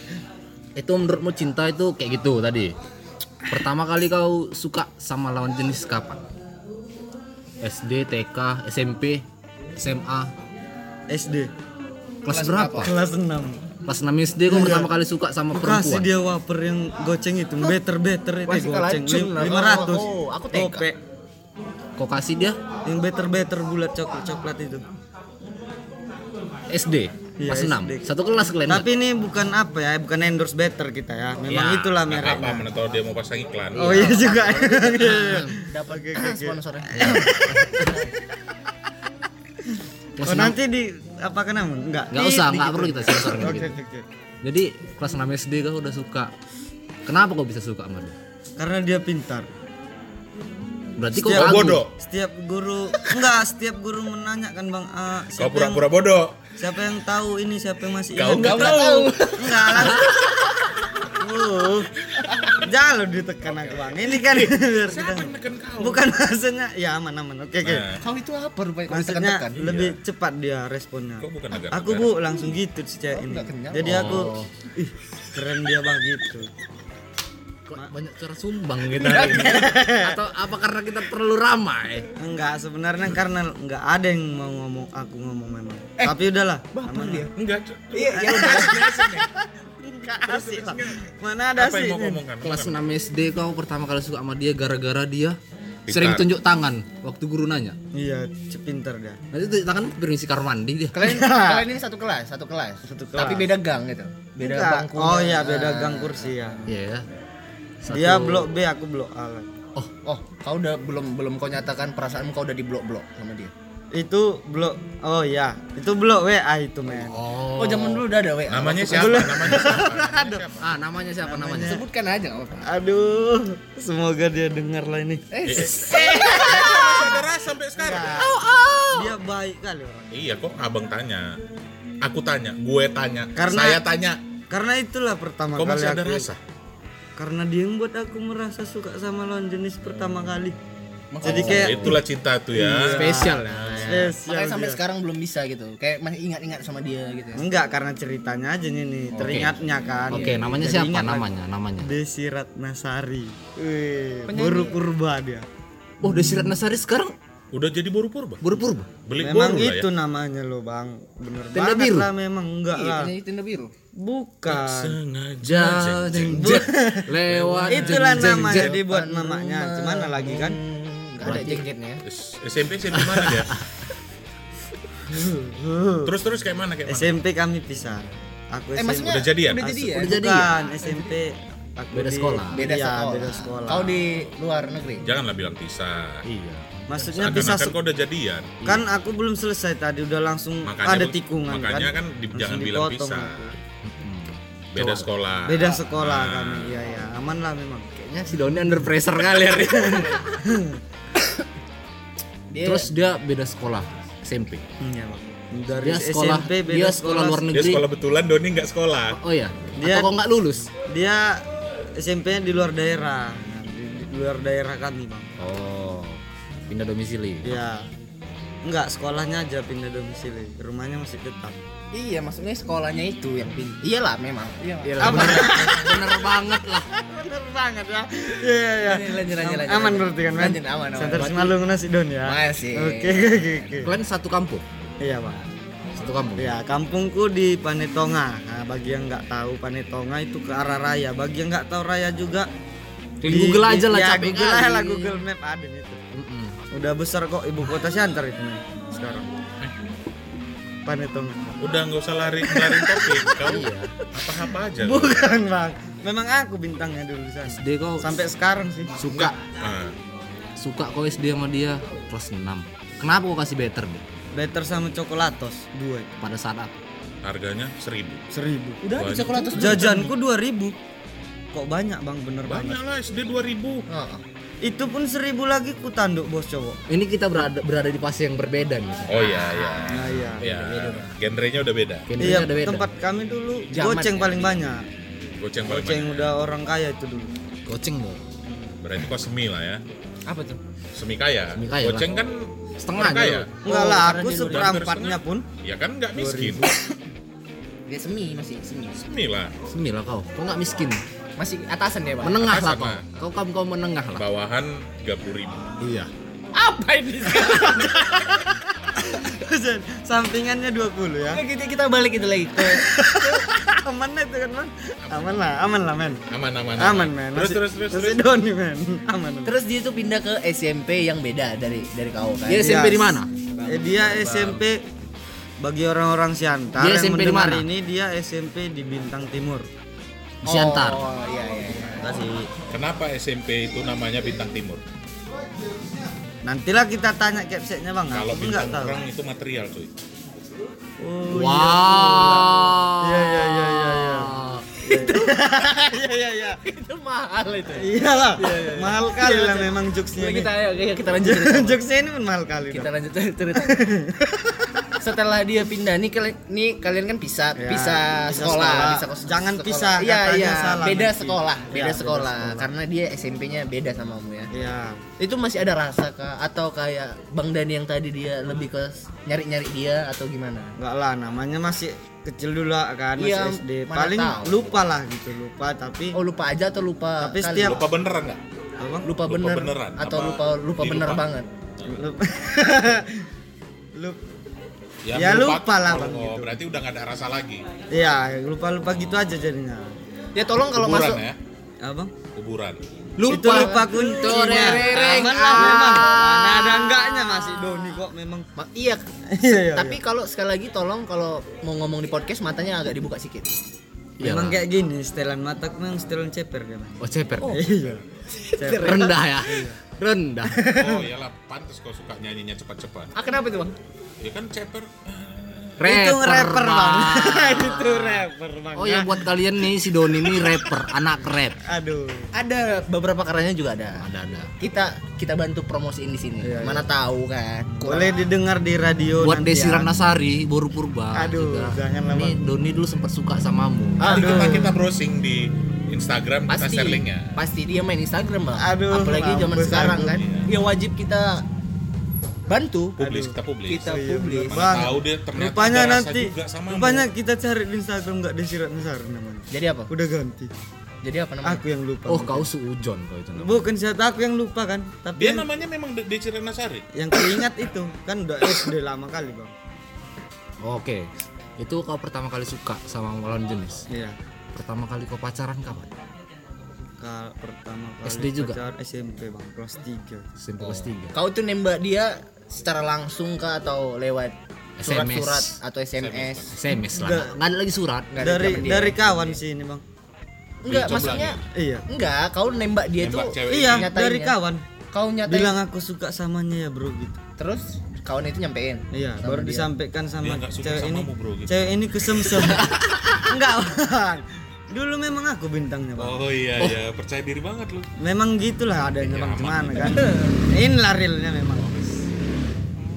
[SPEAKER 2] itu menurutmu cinta itu kayak gitu tadi pertama kali kau suka sama lawan jenis kapan SD TK SMP SMA
[SPEAKER 4] SD
[SPEAKER 2] kelas berapa
[SPEAKER 4] kelas 6
[SPEAKER 2] kelas 6 SD kau pertama kali suka sama
[SPEAKER 4] aku kasih
[SPEAKER 2] perempuan
[SPEAKER 4] dia wafer yang goceng itu better better itu
[SPEAKER 1] Masih
[SPEAKER 4] goceng
[SPEAKER 1] kelacun lah.
[SPEAKER 4] lima ratus
[SPEAKER 1] Oh, aku TK.
[SPEAKER 2] kau kasih dia
[SPEAKER 4] yang better better bulat coklat coklat itu
[SPEAKER 2] SD
[SPEAKER 4] Iya,
[SPEAKER 2] kelas 6
[SPEAKER 4] SD.
[SPEAKER 2] satu kelas kalian
[SPEAKER 4] tapi ini bukan apa ya bukan endorse better kita ya memang
[SPEAKER 2] Ya,
[SPEAKER 4] itulah
[SPEAKER 3] Nggak apa-apa
[SPEAKER 4] mereknya
[SPEAKER 3] mana tahu dia mau pasang iklan.
[SPEAKER 4] oh iya juga
[SPEAKER 1] Dapat sponsornya.
[SPEAKER 2] kelas 6
[SPEAKER 4] oh, nanti di apa kena enggak
[SPEAKER 2] nggak
[SPEAKER 4] Di-
[SPEAKER 2] usah
[SPEAKER 4] di-
[SPEAKER 2] nggak perlu kita sensor
[SPEAKER 4] oke
[SPEAKER 2] gitu.
[SPEAKER 4] oke, oke.
[SPEAKER 2] jadi kelas 6 SD kau udah suka kenapa kau bisa suka sama dia
[SPEAKER 4] karena dia pintar
[SPEAKER 2] berarti kau
[SPEAKER 4] Setiap-
[SPEAKER 2] ragu
[SPEAKER 3] bodoh.
[SPEAKER 4] setiap guru enggak setiap guru menanyakan bang A,
[SPEAKER 3] Kau
[SPEAKER 4] siapa yang
[SPEAKER 3] pura-pura bodoh.
[SPEAKER 4] siapa yang tahu ini siapa yang masih
[SPEAKER 3] Kau
[SPEAKER 4] ingat?"
[SPEAKER 3] nggak tahu.
[SPEAKER 4] enggak lah uh, jangan lo ditekan aku bang ini kan biar kita bukan maksudnya ya aman aman oke oke
[SPEAKER 2] Iya.
[SPEAKER 3] Nah, Iya.
[SPEAKER 1] Kau itu apa rupanya kau bisa
[SPEAKER 4] maksudnya
[SPEAKER 1] tekan?
[SPEAKER 4] lebih cepat dia responnya
[SPEAKER 3] Nah, Kau kan? bukan agak
[SPEAKER 4] aku bu langsung gitu si cewek ini
[SPEAKER 1] kenyang.
[SPEAKER 4] jadi aku ih keren dia bang gitu
[SPEAKER 2] Kok banyak cara sumbang gitu hari ini? atau apa karena kita perlu ramai
[SPEAKER 4] enggak sebenarnya karena enggak ada yang mau ngomong aku ngomong memang
[SPEAKER 3] Eh,
[SPEAKER 4] tapi udahlah aman lah.
[SPEAKER 3] Enggak. Cok.
[SPEAKER 1] Iya, iya.
[SPEAKER 4] Enggak asik lah. Mana ada
[SPEAKER 3] Apa
[SPEAKER 4] sih?
[SPEAKER 3] yang mau ngomongkan?
[SPEAKER 2] kelas 6 SD kau pertama kali suka sama dia gara-gara dia
[SPEAKER 3] Pintar.
[SPEAKER 2] sering tunjuk tangan waktu guru nanya
[SPEAKER 4] Iya, cepintar dah.
[SPEAKER 2] nanti tunjuk tangan berisi kamar mandi dia
[SPEAKER 1] Kalian kalian ini satu kelas, satu kelas.
[SPEAKER 4] Satu kelas.
[SPEAKER 1] Tapi beda gang gitu. Beda
[SPEAKER 4] Enggak.
[SPEAKER 1] bangku.
[SPEAKER 4] Oh iya, beda gang kursi ya.
[SPEAKER 2] Iya. Satu-
[SPEAKER 4] Dia blok B, aku blok A. lah.
[SPEAKER 1] Oh, kau udah belum belum kau nyatakan perasaanmu kau udah di blok-blok sama dia.
[SPEAKER 4] Itu blok Oh iya, itu blok WA itu, men.
[SPEAKER 1] Oh, zaman dulu udah ada WA.
[SPEAKER 3] Namanya siapa? Namanya siapa?
[SPEAKER 2] ah namanya siapa namanya
[SPEAKER 1] Sebutkan aja nggak apa-apa.
[SPEAKER 4] Aduh, semoga dia dengar lah ini.
[SPEAKER 1] Eh,
[SPEAKER 3] Saudara sampai sekarang.
[SPEAKER 4] Dia baik kali orang.
[SPEAKER 3] Iya, kok abang tanya? Aku tanya, gue tanya,
[SPEAKER 4] Karena-
[SPEAKER 3] saya tanya.
[SPEAKER 4] Karena itulah pertama
[SPEAKER 3] Kok
[SPEAKER 4] kali
[SPEAKER 3] masih ada
[SPEAKER 4] aku.
[SPEAKER 3] rasa?
[SPEAKER 4] Karena dia yang buat aku merasa suka sama lawan jenis pertama kali. Jadi
[SPEAKER 3] Ya,
[SPEAKER 4] kayak
[SPEAKER 3] itulah cinta tuh ya.
[SPEAKER 2] spesial ya
[SPEAKER 4] spesial
[SPEAKER 1] makanya sampai
[SPEAKER 4] dia.
[SPEAKER 1] sekarang belum bisa gitu. Kayak masih ingat-ingat sama dia gitu ya.
[SPEAKER 4] Enggak, karena ceritanya aja nih, nih, teringatnya kan.
[SPEAKER 2] oke namanya
[SPEAKER 4] Jadi
[SPEAKER 2] siapa
[SPEAKER 4] ingat lagi.
[SPEAKER 2] namanya namanya
[SPEAKER 4] Desi Ratnasari. Wih, Buru purba dia.
[SPEAKER 2] oh Desi Ratnasari sekarang
[SPEAKER 3] Udah jadi buru purba.
[SPEAKER 2] buru-buru
[SPEAKER 3] Beli boru lah
[SPEAKER 4] memang
[SPEAKER 3] ya.
[SPEAKER 4] itu namanya lo bang, bener
[SPEAKER 2] Tenda
[SPEAKER 4] banget
[SPEAKER 2] biru?
[SPEAKER 4] lah memang enggak lah,
[SPEAKER 1] Penyanyi tenda biru.
[SPEAKER 3] ya.
[SPEAKER 4] bukan.
[SPEAKER 3] Sengaja.
[SPEAKER 2] jauh jeng jeng lewat
[SPEAKER 4] Itulah
[SPEAKER 2] jeng, jeng,
[SPEAKER 4] namanya
[SPEAKER 2] jeng.
[SPEAKER 4] dibuat mamanya, gimana lagi kan?
[SPEAKER 1] Enggak ada jenggetnya.
[SPEAKER 3] S- SMP SMP mana dia? terus terus kayak mana kayak mana?
[SPEAKER 4] SMP kami pisah. Aku
[SPEAKER 1] Eh, maksudnya
[SPEAKER 3] Udah jadian?
[SPEAKER 1] Udah jadi ya?
[SPEAKER 4] Bukan,
[SPEAKER 2] jadi
[SPEAKER 4] SMP aku
[SPEAKER 2] Beda
[SPEAKER 4] di-
[SPEAKER 2] sekolah.
[SPEAKER 1] Beda
[SPEAKER 4] iya,
[SPEAKER 1] sekolah.
[SPEAKER 4] beda sekolah.
[SPEAKER 1] Kau di luar negeri.
[SPEAKER 3] Janganlah bilang pisah.
[SPEAKER 2] iya
[SPEAKER 4] Maksudnya Nah, pisah
[SPEAKER 3] Seakan-akan
[SPEAKER 4] se-
[SPEAKER 3] kau udah jadian.
[SPEAKER 4] kan aku belum selesai tadi udah langsung
[SPEAKER 3] Makanya
[SPEAKER 4] ada
[SPEAKER 3] pun-
[SPEAKER 4] tikungan
[SPEAKER 3] makanya kan, di-
[SPEAKER 4] Langsung
[SPEAKER 3] jangan bilang
[SPEAKER 4] dipotong
[SPEAKER 3] pisah.
[SPEAKER 4] aku.
[SPEAKER 3] Beda sekolah.
[SPEAKER 4] Beda sekolah kami. Iya ya, aman lah memang.
[SPEAKER 2] kayaknya Ya, si Doni under pressure kali hari ini.
[SPEAKER 1] Dia
[SPEAKER 2] terus dia beda sekolah SMP
[SPEAKER 4] Iya, Bang. Dari
[SPEAKER 2] dia sekolah
[SPEAKER 4] SMP beda
[SPEAKER 2] dia sekolah luar
[SPEAKER 3] Dia
[SPEAKER 2] negeri
[SPEAKER 3] sekolah betulan, Doni nggak sekolah.
[SPEAKER 2] oh iya
[SPEAKER 4] Dia-
[SPEAKER 2] atau kok nggak lulus
[SPEAKER 4] Dia SMP-nya di luar daerah. Nah, Di, di luar daerah kami, Bang.
[SPEAKER 2] oh pindah domisili
[SPEAKER 4] Iya. Enggak, sekolahnya aja pindah domisili. Rumahnya masih tetap.
[SPEAKER 2] Iya, maksudnya sekolahnya itu yang pin.
[SPEAKER 1] Iyalah memang.
[SPEAKER 2] Iyalah, bener, bener banget lah.
[SPEAKER 4] Bener banget ya. Iya iya iya.
[SPEAKER 2] Lanjut, lanjut, lanjut.
[SPEAKER 4] Aman berarti kan, men?
[SPEAKER 2] Lanjut, aman, aman.
[SPEAKER 4] Santar
[SPEAKER 2] Berarti-
[SPEAKER 4] Simalungun nasi don ya.
[SPEAKER 2] Makasih.
[SPEAKER 4] Oke oke oke.
[SPEAKER 2] Kalian satu kampung,
[SPEAKER 4] Iya, Pak.
[SPEAKER 2] satu kampung.
[SPEAKER 4] Ya, kampungku di Panetonga. Nah, bagi yang nggak tahu Panetonga itu ke arah raya. Bagi yang nggak tahu raya juga
[SPEAKER 2] Di Google aja lah,
[SPEAKER 4] ya,
[SPEAKER 2] capek
[SPEAKER 4] Google aja
[SPEAKER 2] kali.
[SPEAKER 4] lah Google Map ada itu.
[SPEAKER 2] Mm-mm.
[SPEAKER 4] Udah besar kok ibu kota Siantar itu nih sekarang. Panetonga.
[SPEAKER 3] Udah nggak usah lari lari topik. Kau apa-apa aja. lu.
[SPEAKER 4] Bukan, Bang. Memang aku bintangnya dulu di sana.
[SPEAKER 2] SD kau
[SPEAKER 4] Sampai sekarang sih.
[SPEAKER 2] suka
[SPEAKER 3] Ah,
[SPEAKER 2] suka kau SD sama dia kelas 6 Kenapa kau kasih better nih
[SPEAKER 4] Better sama coklatos dua itu.
[SPEAKER 2] pada saat aku?
[SPEAKER 3] harganya seribu.
[SPEAKER 4] seribu.
[SPEAKER 2] Udah
[SPEAKER 3] ada
[SPEAKER 2] coklatos
[SPEAKER 4] Jajanku dua ribu. Kok banyak bang bener
[SPEAKER 3] Banyak
[SPEAKER 4] banget.
[SPEAKER 3] lah SD 2000
[SPEAKER 4] Itu pun seribu lagi ku tanduk bos cowok.
[SPEAKER 2] Ini kita berada berada di fase yang berbeda nih.
[SPEAKER 3] Oh iya iya.
[SPEAKER 4] Nah, iya.
[SPEAKER 3] Ya, genrenya udah beda.
[SPEAKER 2] Genrenya
[SPEAKER 4] Iya
[SPEAKER 2] Ah, ada beda.
[SPEAKER 4] tempat kami dulu
[SPEAKER 2] Zaman
[SPEAKER 4] goceng
[SPEAKER 2] ya.
[SPEAKER 4] paling banyak.
[SPEAKER 3] Goceng paling
[SPEAKER 4] Goceng
[SPEAKER 3] banyak.
[SPEAKER 4] udah orang kaya itu dulu.
[SPEAKER 2] Goceng loh.
[SPEAKER 3] Berarti kok semi lah ya.
[SPEAKER 2] Apa tuh?
[SPEAKER 3] Semi kaya.
[SPEAKER 2] Semi kaya
[SPEAKER 3] Goceng
[SPEAKER 2] lah.
[SPEAKER 3] kan
[SPEAKER 2] Setengah
[SPEAKER 3] orang kaya.
[SPEAKER 2] dulu.
[SPEAKER 4] Enggak lah
[SPEAKER 2] karena
[SPEAKER 4] aku
[SPEAKER 2] dia
[SPEAKER 4] seperempatnya pun.
[SPEAKER 3] Ya kan nggak miskin.
[SPEAKER 2] Dia semi masih semi.
[SPEAKER 3] Semi lah.
[SPEAKER 2] Semi lah kau. Kau nggak miskin.
[SPEAKER 1] Masih atasan ya, Pak.
[SPEAKER 2] Menengah
[SPEAKER 3] Atas
[SPEAKER 2] lah
[SPEAKER 3] apa?
[SPEAKER 2] kau. Kau kamu kau menengah lah.
[SPEAKER 3] Bawahan 30.000 ribu.
[SPEAKER 2] Iya.
[SPEAKER 1] Apa ini sekarang?
[SPEAKER 4] Sampingannya 20 ya.
[SPEAKER 1] kita, kita balik itu lagi ke
[SPEAKER 4] aman lah itu kan bang. Aman lah, aman lah men.
[SPEAKER 3] Aman aman.
[SPEAKER 4] Aman men.
[SPEAKER 3] Terus
[SPEAKER 4] Masih-
[SPEAKER 3] terus terus.
[SPEAKER 4] masih
[SPEAKER 3] terus.
[SPEAKER 4] doni men. Aman. aman.
[SPEAKER 1] Terus dia tuh pindah ke SMP yang beda dari dari kau kan.
[SPEAKER 2] Dia SMP di mana?
[SPEAKER 4] Iya. Eh, dia SMP bagi orang-orang Siantar
[SPEAKER 2] Dia
[SPEAKER 4] yang
[SPEAKER 2] SMP di
[SPEAKER 4] mendengar
[SPEAKER 2] mana?
[SPEAKER 4] ini dia SMP di Bintang Timur.
[SPEAKER 2] Di Siantar.
[SPEAKER 1] Oh iya iya.
[SPEAKER 4] Kasih.
[SPEAKER 3] Kenapa SMP itu namanya Bintang Timur?
[SPEAKER 4] Nantilah kita tanya capsetnya bang.
[SPEAKER 3] Kalau
[SPEAKER 4] Nah, aku nggak
[SPEAKER 3] bintang
[SPEAKER 4] tahu.
[SPEAKER 3] terang itu material cuy.
[SPEAKER 4] Oh,
[SPEAKER 2] Wow.
[SPEAKER 4] Iya iya iya iya. iya.
[SPEAKER 1] Itu mahal itu.
[SPEAKER 4] Iya, Iyalah, mahal kali lah memang jokesnya
[SPEAKER 1] Oke,
[SPEAKER 4] ini.
[SPEAKER 1] kita ayo ayo kita lanjut cerita.
[SPEAKER 4] jokesnya ini pun mahal kali.
[SPEAKER 1] kita
[SPEAKER 4] dong.
[SPEAKER 1] lanjut cerita. Setelah dia pindah nih kalian nih kalian kan pisah,
[SPEAKER 4] Ya,
[SPEAKER 1] pisah sekolah,
[SPEAKER 4] pisah sekolah.
[SPEAKER 1] pisah kos-
[SPEAKER 4] Jangan
[SPEAKER 1] sekolah.
[SPEAKER 4] pisah,
[SPEAKER 1] Iya
[SPEAKER 4] katanya
[SPEAKER 1] iya,
[SPEAKER 4] salah
[SPEAKER 1] beda
[SPEAKER 4] nanti.
[SPEAKER 1] sekolah,
[SPEAKER 4] Iya,
[SPEAKER 1] beda
[SPEAKER 4] beda
[SPEAKER 1] sekolah.
[SPEAKER 4] sekolah.
[SPEAKER 1] Karena dia SMP-nya beda sama kamu ya.
[SPEAKER 4] Iya.
[SPEAKER 1] Itu masih ada rasa kah atau kayak Bang Dani yang tadi dia lebih ke nyari-nyari dia atau gimana?
[SPEAKER 4] Enggak lah, namanya masih kecil dulu lah kan, masih
[SPEAKER 1] Iya,
[SPEAKER 4] SD.
[SPEAKER 1] mana
[SPEAKER 4] Paling
[SPEAKER 1] tahu.
[SPEAKER 4] lupa lah gitu, lupa tapi
[SPEAKER 1] Oh lupa aja atau lupa
[SPEAKER 4] Tapi
[SPEAKER 1] kali?
[SPEAKER 4] setiap-
[SPEAKER 3] Lupa beneran nggak?
[SPEAKER 4] apa?
[SPEAKER 1] lupa,
[SPEAKER 3] lupa
[SPEAKER 1] bener
[SPEAKER 3] beneran,
[SPEAKER 1] atau
[SPEAKER 3] apa
[SPEAKER 1] lupa lupa bener
[SPEAKER 3] dilupa?
[SPEAKER 1] banget.
[SPEAKER 4] lupa. Lup- Ya,
[SPEAKER 3] Iya
[SPEAKER 4] lupa lah, Bang,
[SPEAKER 3] Oh,
[SPEAKER 4] gitu.
[SPEAKER 3] berarti udah nggak ada rasa lagi.
[SPEAKER 4] Iya, lupa-lupa gitu aja jadinya.
[SPEAKER 1] Ya tolong kalau
[SPEAKER 3] Kuburan
[SPEAKER 1] masuk
[SPEAKER 3] ya,
[SPEAKER 4] Abang?
[SPEAKER 3] kuburan.
[SPEAKER 2] Lupa.
[SPEAKER 4] Itu lupa kuncinya.
[SPEAKER 2] Torereng.
[SPEAKER 4] Aman lah
[SPEAKER 2] Ah.
[SPEAKER 4] memang. Mana ada enggaknya masih Doni kok memang.
[SPEAKER 1] Ma- iya.
[SPEAKER 4] Iya, iya,
[SPEAKER 1] Tapi kalau sekali lagi tolong kalau mau ngomong di podcast matanya agak dibuka sikit.
[SPEAKER 2] Iyalah.
[SPEAKER 4] Memang kayak gini, setelan mata memang setelan ceper dia. Mas.
[SPEAKER 2] Oh ceper.
[SPEAKER 4] Iya.
[SPEAKER 2] Rendah ya. Rendah.
[SPEAKER 3] Oh iyalah, pantas kau suka nyanyinya cepat-cepat.
[SPEAKER 1] Ah kenapa itu bang?
[SPEAKER 3] Ya kan ceper.
[SPEAKER 4] Itu rapper bang.
[SPEAKER 2] Bang.
[SPEAKER 4] Itu rapper bang.
[SPEAKER 2] Oh ya buat kalian nih si Doni ini rapper, anak rap.
[SPEAKER 4] Aduh.
[SPEAKER 1] Ada beberapa karyanya juga ada.
[SPEAKER 2] Ada ada.
[SPEAKER 1] Kita kita bantu promosiin di sini.
[SPEAKER 4] Iya,
[SPEAKER 1] Mana tahu kan.
[SPEAKER 4] Boleh didengar di radio
[SPEAKER 2] Buat
[SPEAKER 4] nanti
[SPEAKER 2] Desi Iya.
[SPEAKER 4] ya.
[SPEAKER 2] Ratnasari, Boru Purba.
[SPEAKER 4] Aduh,
[SPEAKER 2] juga.
[SPEAKER 4] janganlah,
[SPEAKER 2] Ini Doni dulu sempat suka samamu.
[SPEAKER 3] Nanti
[SPEAKER 4] Aduh.
[SPEAKER 3] kita kita browsing di Instagram kita
[SPEAKER 1] Pasti.
[SPEAKER 3] share linknya.
[SPEAKER 1] Pasti dia main Instagram bang.
[SPEAKER 4] ya? Aduh,
[SPEAKER 1] Apalagi zaman
[SPEAKER 4] mampus
[SPEAKER 1] sekarang
[SPEAKER 4] aku.
[SPEAKER 1] kan. Ya wajib kita bantu.
[SPEAKER 3] Publis kita publis.
[SPEAKER 1] Kita
[SPEAKER 4] Iya,
[SPEAKER 1] publis.
[SPEAKER 3] Mana
[SPEAKER 4] Bang,
[SPEAKER 3] tahu dia ternyata
[SPEAKER 4] rupanya
[SPEAKER 3] ada rasa
[SPEAKER 4] nanti
[SPEAKER 3] juga sama
[SPEAKER 4] rupanya kita cari di Instagram enggak Desi Ratnasari namanya.
[SPEAKER 1] Jadi apa?
[SPEAKER 4] Udah ganti.
[SPEAKER 1] Jadi apa namanya?
[SPEAKER 4] Aku yang lupa.
[SPEAKER 2] Oh kau suujon kau itu namanya.
[SPEAKER 4] Bukan siapa aku yang lupa kan, tapi
[SPEAKER 3] Dia
[SPEAKER 4] yang,
[SPEAKER 3] namanya memang De- Deci Renasari.
[SPEAKER 4] yang keingat itu kan udah SD lama kali, Bang.
[SPEAKER 2] Oke. Itu kau pertama kali suka sama lawan jenis.
[SPEAKER 4] Iya.
[SPEAKER 2] Pertama kali kau pacaran kapan?
[SPEAKER 4] Kal pertama kali
[SPEAKER 2] SD juga?
[SPEAKER 4] pacaran SMP, Bang, kelas 3.
[SPEAKER 2] SMP kelas tiga.
[SPEAKER 1] Kau tuh nembak dia secara langsung kah atau lewat surat-surat
[SPEAKER 2] SMS.
[SPEAKER 1] atau SMS?
[SPEAKER 2] SMS
[SPEAKER 4] Enggak.
[SPEAKER 2] lah. Nggak ada lagi surat.
[SPEAKER 1] Nggak ada
[SPEAKER 4] Dari
[SPEAKER 1] zaman dia.
[SPEAKER 4] dari kawan sih ini, Bang.
[SPEAKER 1] Enggak,
[SPEAKER 3] Jomblang
[SPEAKER 1] maksudnya
[SPEAKER 4] Iya.
[SPEAKER 1] enggak, kau nembak dia
[SPEAKER 3] Nembak
[SPEAKER 1] tuh
[SPEAKER 3] cewek.
[SPEAKER 4] Iya,
[SPEAKER 1] Nyatain
[SPEAKER 4] dari
[SPEAKER 1] ya.
[SPEAKER 4] kawan.
[SPEAKER 1] kau nyatain
[SPEAKER 4] Bilang aku suka samanya ya, Bro gitu.
[SPEAKER 1] terus kawan itu nyampein.
[SPEAKER 4] Iya,
[SPEAKER 1] sama
[SPEAKER 4] baru
[SPEAKER 1] dia.
[SPEAKER 4] disampaikan sama
[SPEAKER 3] Dia nggak suka
[SPEAKER 4] cewek ini.
[SPEAKER 3] samamu, bro, gitu.
[SPEAKER 4] Cewek ini kesemsem. Enggak, Bang. Dulu memang aku bintangnya, Bang.
[SPEAKER 3] Oh iya iya, percaya diri banget lu.
[SPEAKER 4] Memang gitulah adanya,
[SPEAKER 3] Ya,
[SPEAKER 4] Bang.
[SPEAKER 3] aman.
[SPEAKER 4] Gimana kan? Inilah realnya memang.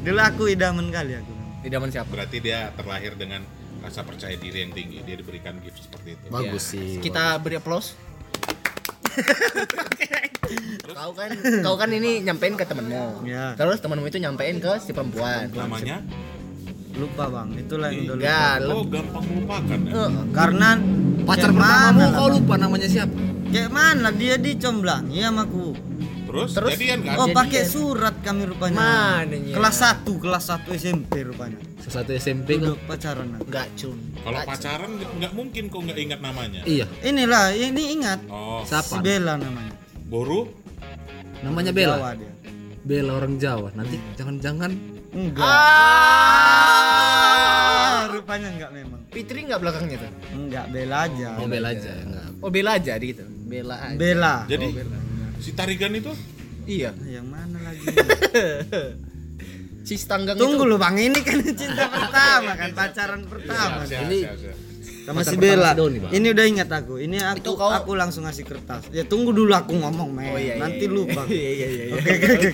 [SPEAKER 4] Dulu aku idaman kali aku.
[SPEAKER 1] Di zaman siapa?
[SPEAKER 3] Berarti dia terlahir dengan rasa percaya diri yang tinggi. Dia diberikan gift seperti itu.
[SPEAKER 2] Bagus sih.
[SPEAKER 1] Iya, Kita beri aplaus. kau kan kau kan ini nyampein ke temenmu.
[SPEAKER 4] Iya.
[SPEAKER 1] Terus temenmu itu nyampein ke si perempuan.
[SPEAKER 3] Namanya
[SPEAKER 4] lupa bang itulah yang udah lupa
[SPEAKER 1] Enggak, eh, lu-
[SPEAKER 3] Oh, gampang melupakan ya.
[SPEAKER 4] karena
[SPEAKER 2] Pacar
[SPEAKER 4] kayak
[SPEAKER 2] pertamamu kau
[SPEAKER 4] mana lah, Bang?
[SPEAKER 2] lupa namanya siapa?
[SPEAKER 4] kayak mana dia dicomblang iya sama aku
[SPEAKER 3] Terus,
[SPEAKER 1] Terus?
[SPEAKER 3] jadian kan?
[SPEAKER 4] oh
[SPEAKER 1] Jadi
[SPEAKER 4] pakai
[SPEAKER 1] dia-
[SPEAKER 4] surat kami rupanya
[SPEAKER 1] Mananya.
[SPEAKER 4] kelas 1 kelas 1 SMP rupanya
[SPEAKER 2] Satu SMP
[SPEAKER 4] udah
[SPEAKER 2] kok.
[SPEAKER 4] pacaran aku.
[SPEAKER 1] enggak cun.
[SPEAKER 3] Kalau pacaran nggak- nggak mungkin kok nggak ingat namanya.
[SPEAKER 2] Iya.
[SPEAKER 4] inilah ini ingat
[SPEAKER 3] Oh,
[SPEAKER 4] si
[SPEAKER 2] Siapa?
[SPEAKER 4] Bella namanya
[SPEAKER 3] Boru
[SPEAKER 2] Namanya
[SPEAKER 4] Jawa
[SPEAKER 2] Bella.
[SPEAKER 4] dia
[SPEAKER 2] Bella orang Jawa. Nanti jangan-jangan
[SPEAKER 4] enggak
[SPEAKER 1] Ah.
[SPEAKER 4] Ah, rupanya enggak memang
[SPEAKER 1] Fitri enggak belakangnya tuh.
[SPEAKER 4] enggak Bella aja
[SPEAKER 2] mau Bella aja. Enggak.
[SPEAKER 1] Oh Bella aja gitu. Bella aja.
[SPEAKER 4] Bella
[SPEAKER 3] Jadi si Tarigan itu
[SPEAKER 1] iya.
[SPEAKER 4] yang mana lagi
[SPEAKER 1] Si Stanggang
[SPEAKER 4] tunggu
[SPEAKER 1] itu.
[SPEAKER 4] lu bang ini kan cinta pertama kan pacaran pertama
[SPEAKER 3] siap,
[SPEAKER 2] ini-
[SPEAKER 3] siap, siap.
[SPEAKER 2] Iya,
[SPEAKER 4] sama
[SPEAKER 2] Pacar
[SPEAKER 4] si
[SPEAKER 2] pertama
[SPEAKER 4] Bella
[SPEAKER 2] si Doni, Bang.
[SPEAKER 4] ini udah ingat aku ini aku
[SPEAKER 1] Itu kau-
[SPEAKER 4] aku langsung ngasih kertas ya tunggu dulu aku ngomong men
[SPEAKER 1] Oh iya. iya,
[SPEAKER 4] nanti
[SPEAKER 1] iya.
[SPEAKER 4] lu bang
[SPEAKER 1] Iya iya iya. iya.
[SPEAKER 4] oke oke oke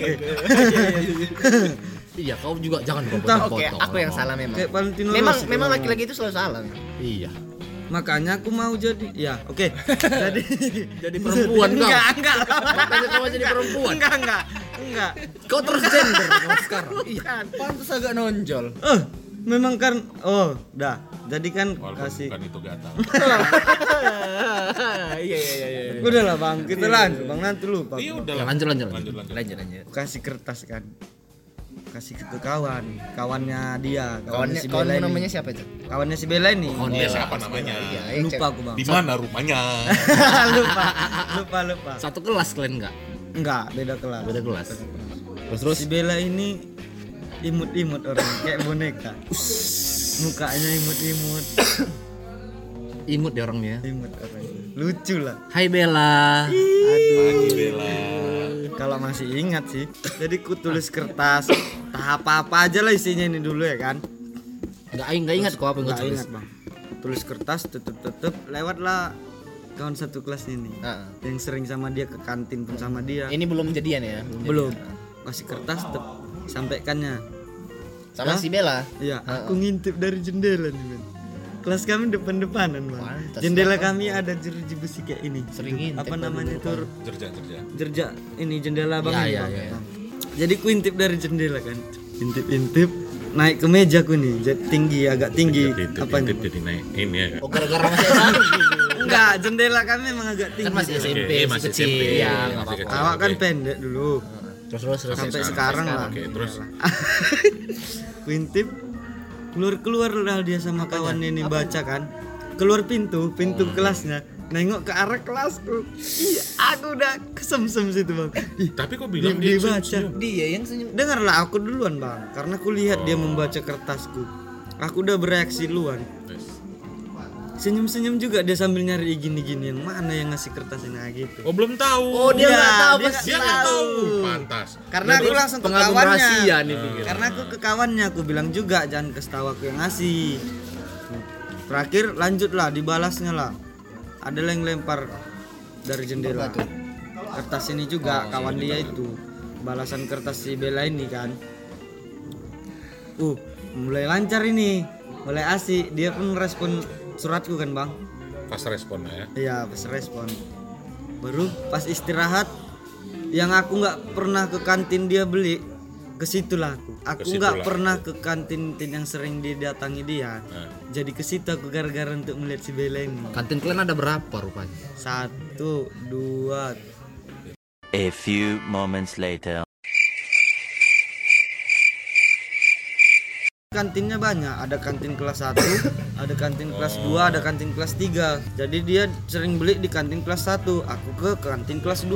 [SPEAKER 4] oke
[SPEAKER 2] Iya, kau juga jangan kau
[SPEAKER 4] Entah.
[SPEAKER 1] Oke, aku yang salah memang.
[SPEAKER 4] Kayak Valentino
[SPEAKER 1] Memang
[SPEAKER 4] Rossi
[SPEAKER 1] memang
[SPEAKER 4] kalau
[SPEAKER 1] laki-laki itu selalu salah.
[SPEAKER 2] Iya.
[SPEAKER 4] makanya aku mau jadi ya oke jadi
[SPEAKER 2] Jadi perempuan kau.
[SPEAKER 4] enggak enggak
[SPEAKER 2] Makanya kau jadi perempuan.
[SPEAKER 4] enggak enggak enggak
[SPEAKER 2] Kau transgender kau sekarang. Iya. Pantes agak nonjol.
[SPEAKER 4] eh memang kan oh dah jadi kan
[SPEAKER 3] Walaupun
[SPEAKER 4] kasih
[SPEAKER 3] bukan itu gatal.
[SPEAKER 1] Iya iya iya iya.
[SPEAKER 4] udah lah bang kita lanjut bang nanti lu bang
[SPEAKER 3] Iya udah
[SPEAKER 2] Ya,
[SPEAKER 3] lah.
[SPEAKER 2] lanjut, lanjut,
[SPEAKER 3] lanjut
[SPEAKER 2] lanjut.
[SPEAKER 3] lanjut.
[SPEAKER 1] Lanjut lanjut.
[SPEAKER 4] kasih kertas kan kasih ke kawan kawannya dia kawannya
[SPEAKER 1] Kawannya
[SPEAKER 4] si
[SPEAKER 1] kawan
[SPEAKER 4] Bella ini
[SPEAKER 1] namanya siapa itu?
[SPEAKER 4] kawannya si Bella ini Oh,
[SPEAKER 2] Kawan
[SPEAKER 3] Iya,
[SPEAKER 2] Bella.
[SPEAKER 3] siapa namanya?
[SPEAKER 4] lupa aku bang
[SPEAKER 3] Di mana rumahnya?
[SPEAKER 4] lupa lupa lupa
[SPEAKER 2] Satu kelas kalian enggak?
[SPEAKER 4] enggak beda kelas
[SPEAKER 2] Beda kelas. Terus
[SPEAKER 4] si Bella ini imut-imut orang kayak boneka mukanya imut-imut
[SPEAKER 2] imut dia orangnya.
[SPEAKER 4] imut orang lucu lah
[SPEAKER 2] Hai Bella.
[SPEAKER 3] Pagi Bella.
[SPEAKER 4] kalau masih ingat sih jadi ku tulis kertas tahap apa aja lah isinya ini dulu ya kan
[SPEAKER 2] Enggak enggak ingat kau apa yang
[SPEAKER 4] Nggak
[SPEAKER 2] kau tulis.
[SPEAKER 4] ingat bang tulis kertas tutup-tutup lewatlah kawan satu kelas ini
[SPEAKER 1] Ah, ah.
[SPEAKER 4] yang sering sama dia ke kantin pun sama dia
[SPEAKER 2] Iya,
[SPEAKER 1] Ini belum jadian ya?
[SPEAKER 4] belum kasih kertas tetep sampaikannya
[SPEAKER 1] jadian. Sama
[SPEAKER 4] Hah?
[SPEAKER 1] si Bella.
[SPEAKER 4] Iya, aku ngintip dari jendela nih, men. Kelas kami depan-depanan, Bang. jendela kami ada jeruji besi kayak ini.
[SPEAKER 1] Sering ngintip
[SPEAKER 4] Apa namanya itu?
[SPEAKER 3] Jerja jerja.
[SPEAKER 4] Jerja ini jendela, Bang.
[SPEAKER 2] Iya,
[SPEAKER 4] ini,
[SPEAKER 2] iya,
[SPEAKER 4] Bang.
[SPEAKER 2] iya.
[SPEAKER 4] Jadi ku intip dari jendela kan. Intip-intip naik ke meja ku nih, jet tinggi agak tinggi apa ini?
[SPEAKER 3] jadi naik ini ya.
[SPEAKER 2] Oh gara-gara masih SMA.
[SPEAKER 4] Enggak, jendela kami memang agak
[SPEAKER 2] kan
[SPEAKER 4] tinggi.
[SPEAKER 2] masih SMP,
[SPEAKER 3] Oke,
[SPEAKER 2] masih
[SPEAKER 3] masih
[SPEAKER 2] kecil.
[SPEAKER 3] SMP,
[SPEAKER 2] Ya,
[SPEAKER 3] masih
[SPEAKER 2] enggak apa-apa.
[SPEAKER 3] kecil.
[SPEAKER 4] Awak kan
[SPEAKER 3] Oke.
[SPEAKER 4] pendek dulu.
[SPEAKER 2] Terus terus terus.
[SPEAKER 4] sampai sekarang, lah. Iya.
[SPEAKER 3] Oke, terus
[SPEAKER 4] Quintip keluar keluar lah dia sama kawannya ini baca kan keluar pintu pintu kelasnya nengok ke arah kelasku iya aku udah kesemsem situ bang Ih,
[SPEAKER 3] tapi kok
[SPEAKER 4] dia,
[SPEAKER 3] bilang dia
[SPEAKER 4] dia baca
[SPEAKER 1] Dia yang senyum.
[SPEAKER 4] dengarlah aku duluan bang karena aku lihat dia membaca kertasku aku udah bereaksi duluan senyum senyum juga dia sambil nyari gini gini yang mana yang ngasih kertas ini nah, gitu
[SPEAKER 3] Oh, belum tahu.
[SPEAKER 1] Oh dia
[SPEAKER 4] Iya,
[SPEAKER 1] nggak tahu
[SPEAKER 4] dia
[SPEAKER 1] pasti
[SPEAKER 3] dia nggak tahu. Pantas.
[SPEAKER 1] Nah,
[SPEAKER 4] karena aku langsung ke
[SPEAKER 2] Pengagum
[SPEAKER 4] kawannya
[SPEAKER 1] ya,
[SPEAKER 2] rahasia nih
[SPEAKER 1] Ah. gitu.
[SPEAKER 2] pikir.
[SPEAKER 4] karena aku ke kawannya aku bilang juga jangan kasih tahu aku yang ngasih terakhir lanjutlah dibalasnya lah ada yang lempar dari jendela kertas ini juga kawan dia itu balasan kertas si Bella ini kan uh mulai lancar ini mulai asik dia pun respon suratku kan bang
[SPEAKER 3] Pas responnya ya.
[SPEAKER 4] Iya, pas respon. Baru pas istirahat yang aku nggak pernah ke kantin dia beli, kesitulah aku. Aku
[SPEAKER 3] Kesitulah
[SPEAKER 4] nggak pernah ke kantin tin yang sering didatangi dia. Jadi ke situ aku gara-gara untuk melihat si Bella ini.
[SPEAKER 2] Kantin kalian ada berapa rupanya?
[SPEAKER 4] Satu, dua,
[SPEAKER 7] A few moments later.
[SPEAKER 4] Kantinnya banyak, ada kantin kelas 1, ada kantin kelas 2, ada kantin kelas 3. Jadi dia sering beli di kantin kelas 1, aku ke kantin kelas 2.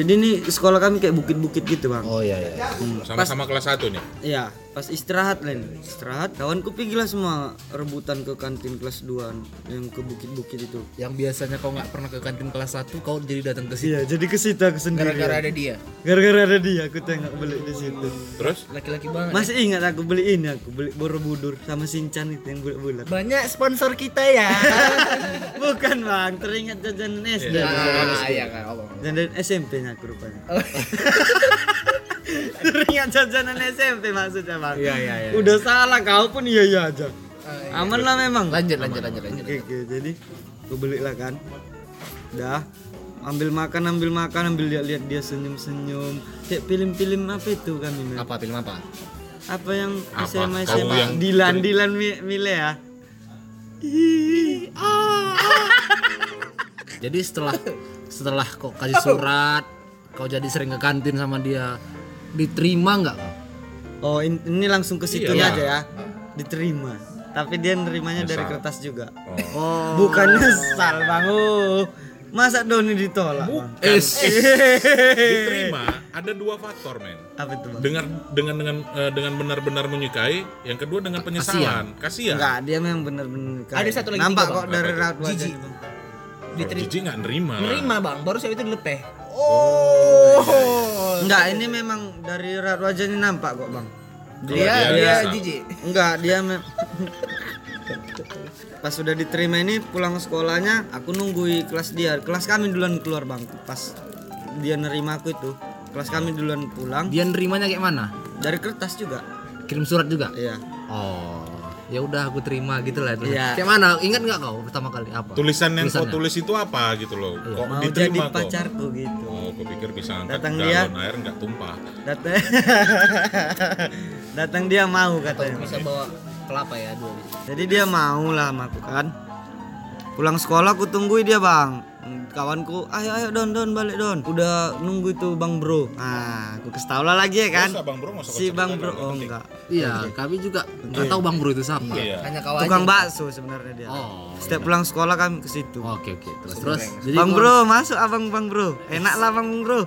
[SPEAKER 4] Jadi ini sekolah kami kayak bukit-bukit gitu, Bang.
[SPEAKER 2] Oh iya iya.
[SPEAKER 3] Sama-sama kelas 1 nih.
[SPEAKER 4] Iya, pas istirahat Len. Istirahat, kawanku pergilah semua rebutan ke kantin kelas 2 yang ke bukit-bukit itu.
[SPEAKER 2] Yang biasanya kau nggak pernah ke kantin kelas 1, kau jadi datang ke sini.
[SPEAKER 4] Iya, jadi ke situ aku sendiri.
[SPEAKER 1] Gara-gara ada dia.
[SPEAKER 4] Gara-gara ada dia, aku tengok beli di situ.
[SPEAKER 3] Terus
[SPEAKER 1] Laki-laki banget.
[SPEAKER 4] Masih ingat aku beli ini aku, beli Borobudur sama Sinchan itu yang bulat-bulat.
[SPEAKER 1] Banyak sponsor kita ya.
[SPEAKER 4] Bukan, Bang, teringat jajanan SD.
[SPEAKER 1] Ah, iya Oh. kan.
[SPEAKER 4] Jajanan SMP-nya aku rupanya. teringat jajanan SMP maksudnya, Bang.
[SPEAKER 1] Iya, iya, Oh, iya.
[SPEAKER 4] Udah salah kau pun iya iya aja. Aman lah memang.
[SPEAKER 2] Lanjut lanjut lanjut lanjut.
[SPEAKER 4] Oke, oke. Jadi gue beli lah kan. Dah ambil makan ambil makan ambil lihat-lihat dia senyum-senyum kayak film-film apa itu kan ini
[SPEAKER 2] Apa film apa?
[SPEAKER 4] apa yang
[SPEAKER 3] Apa?
[SPEAKER 4] SMA
[SPEAKER 3] Kau
[SPEAKER 4] SMA
[SPEAKER 3] yang-
[SPEAKER 4] Dilan Dilan Mi- Mile ya
[SPEAKER 2] Jadi setelah setelah kau kasih surat, kau jadi sering ke kantin sama dia, diterima nggak? kau?
[SPEAKER 4] oh in- ini langsung ke situ
[SPEAKER 3] Iya.
[SPEAKER 4] aja ya diterima tapi dia nerimanya dari
[SPEAKER 3] Nyesal.
[SPEAKER 4] kertas juga
[SPEAKER 2] Oh,
[SPEAKER 4] bukan nyesal bang oh masa Doni ditolak Bang?
[SPEAKER 3] Eh.
[SPEAKER 2] es.
[SPEAKER 3] Diterima ada dua faktor, men.
[SPEAKER 4] apa itu bang
[SPEAKER 3] Dengan dengan dengan eh, dengan benar-benar menyukai, yang kedua dengan penyesalan. Kasihan.
[SPEAKER 4] Enggak, dia memang bener-bener kayak-
[SPEAKER 1] Ada satu lagi
[SPEAKER 4] nampak
[SPEAKER 1] juga,
[SPEAKER 4] kok
[SPEAKER 3] Bang. Apa
[SPEAKER 4] dari
[SPEAKER 3] itu?
[SPEAKER 4] raut wajahnya
[SPEAKER 1] Jijik.
[SPEAKER 4] bang
[SPEAKER 3] Kalau Jiji nggak nerima. lah.
[SPEAKER 1] Nerima bang, baru saya itu dilepeh. Oh,
[SPEAKER 4] Enggak, ini memang dari raut wajahnya nampak kok bang
[SPEAKER 3] Kalau
[SPEAKER 2] Iya,
[SPEAKER 1] dia dia
[SPEAKER 3] nyesal.
[SPEAKER 1] jijik.
[SPEAKER 4] Enggak, dia me- Pas sudah diterima ini pulang sekolahnya, aku nunggui kelas dia. Kelas kami duluan keluar, Bang. Pas dia nerima aku itu, kelas kami duluan pulang
[SPEAKER 2] Dia nerimanya kayak mana?
[SPEAKER 4] dari kertas juga.
[SPEAKER 2] Kirim surat juga?
[SPEAKER 4] Iya.
[SPEAKER 2] Oh, ya udah aku terima gitu lah. itu.
[SPEAKER 4] Iya.
[SPEAKER 2] Kayak mana? Ingat nggak kau pertama kali apa?
[SPEAKER 3] Tulisan yang kau
[SPEAKER 2] Tulisannya?
[SPEAKER 3] tulis itu apa gitu loh? Kok
[SPEAKER 4] Mau jadi
[SPEAKER 3] diterima kok?
[SPEAKER 4] pacarku gitu.
[SPEAKER 3] Oh, kau pikir bisa angkat
[SPEAKER 4] Datang dia.
[SPEAKER 3] galon air nggak tumpah?
[SPEAKER 4] Datang Datang dia mau katanya.
[SPEAKER 2] Bisa bawa kelapa ya dua biji.
[SPEAKER 4] Jadi dia mau lah sama aku kan. Pulang sekolah aku tungguin dia bang. Kawanku, ayo ayo don don balik don. Udah nunggu itu bang bro. Nah, aku kestaula lagi ya
[SPEAKER 3] Nggak usah,
[SPEAKER 4] kan.
[SPEAKER 3] Oh, Bang Bro, nggak usah
[SPEAKER 4] si
[SPEAKER 3] kau
[SPEAKER 4] bang
[SPEAKER 3] cerita,
[SPEAKER 4] bro,
[SPEAKER 3] nggak
[SPEAKER 4] oh
[SPEAKER 3] penting.
[SPEAKER 4] enggak.
[SPEAKER 2] Iya, kami juga nggak tahu Bang Bro itu siapa.
[SPEAKER 3] Iya.
[SPEAKER 1] Kan
[SPEAKER 2] Hanya kau aja.
[SPEAKER 4] Tukang bakso sebenarnya dia.
[SPEAKER 2] Oh,
[SPEAKER 4] Setiap pulang sekolah kan ke situ.
[SPEAKER 2] Oke oke terus terus. Jadi
[SPEAKER 4] bang
[SPEAKER 2] kau-
[SPEAKER 4] bro, masuk abang bang bro. Enak lah bang bro.
[SPEAKER 2] Iya.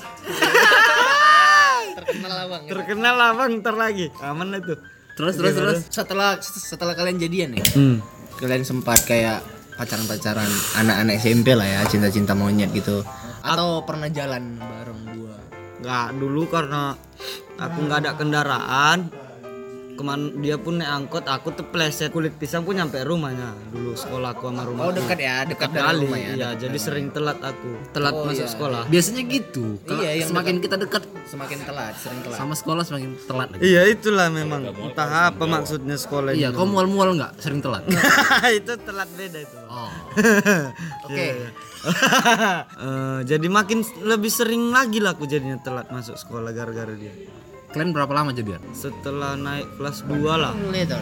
[SPEAKER 1] Terkenal lah bang.
[SPEAKER 4] Terkenal lah bang ntar lagi. Aman lah tuh.
[SPEAKER 2] Terus terus terus.
[SPEAKER 1] Setelah setelah kalian jadian ya,
[SPEAKER 2] Hmm.
[SPEAKER 1] kalian sempat kayak pacaran-pacaran anak-anak SMP lah ya, cinta-cinta monyet gitu. Atau pernah jalan bareng gua.
[SPEAKER 4] Nggak dulu karena aku nggak ada kendaraan. Keman dia pun naik angkot, aku terpleset kulit pisang pun nyampe rumahnya dulu sekolahku sama
[SPEAKER 1] Oh
[SPEAKER 4] rumah.
[SPEAKER 1] dekat ya, dekat dari
[SPEAKER 4] kali.
[SPEAKER 1] rumah ya.
[SPEAKER 4] Iya, jadi sering telat aku. Telat
[SPEAKER 1] Oh,
[SPEAKER 4] masuk
[SPEAKER 1] iya.
[SPEAKER 4] sekolah.
[SPEAKER 2] Biasanya gitu. Kalau
[SPEAKER 1] Iya, yang
[SPEAKER 2] semakin kita dekat
[SPEAKER 1] Semakin telat, sering telat.
[SPEAKER 2] sama sekolah semakin telat lagi.
[SPEAKER 4] Iya, itulah memang. Entah apa maksudnya sekolah
[SPEAKER 2] Iya,
[SPEAKER 4] ini.
[SPEAKER 2] kau mual-mual nggak sering telat?
[SPEAKER 4] itu telat beda itu. Iya.
[SPEAKER 2] Oh,
[SPEAKER 1] Oke.
[SPEAKER 4] Eh, jadi makin lebih sering lagi lah aku jadinya telat masuk sekolah gara-gara dia.
[SPEAKER 2] kalian berapa lama jadian?
[SPEAKER 4] Setelah naik kelas 2 lah.
[SPEAKER 1] Later.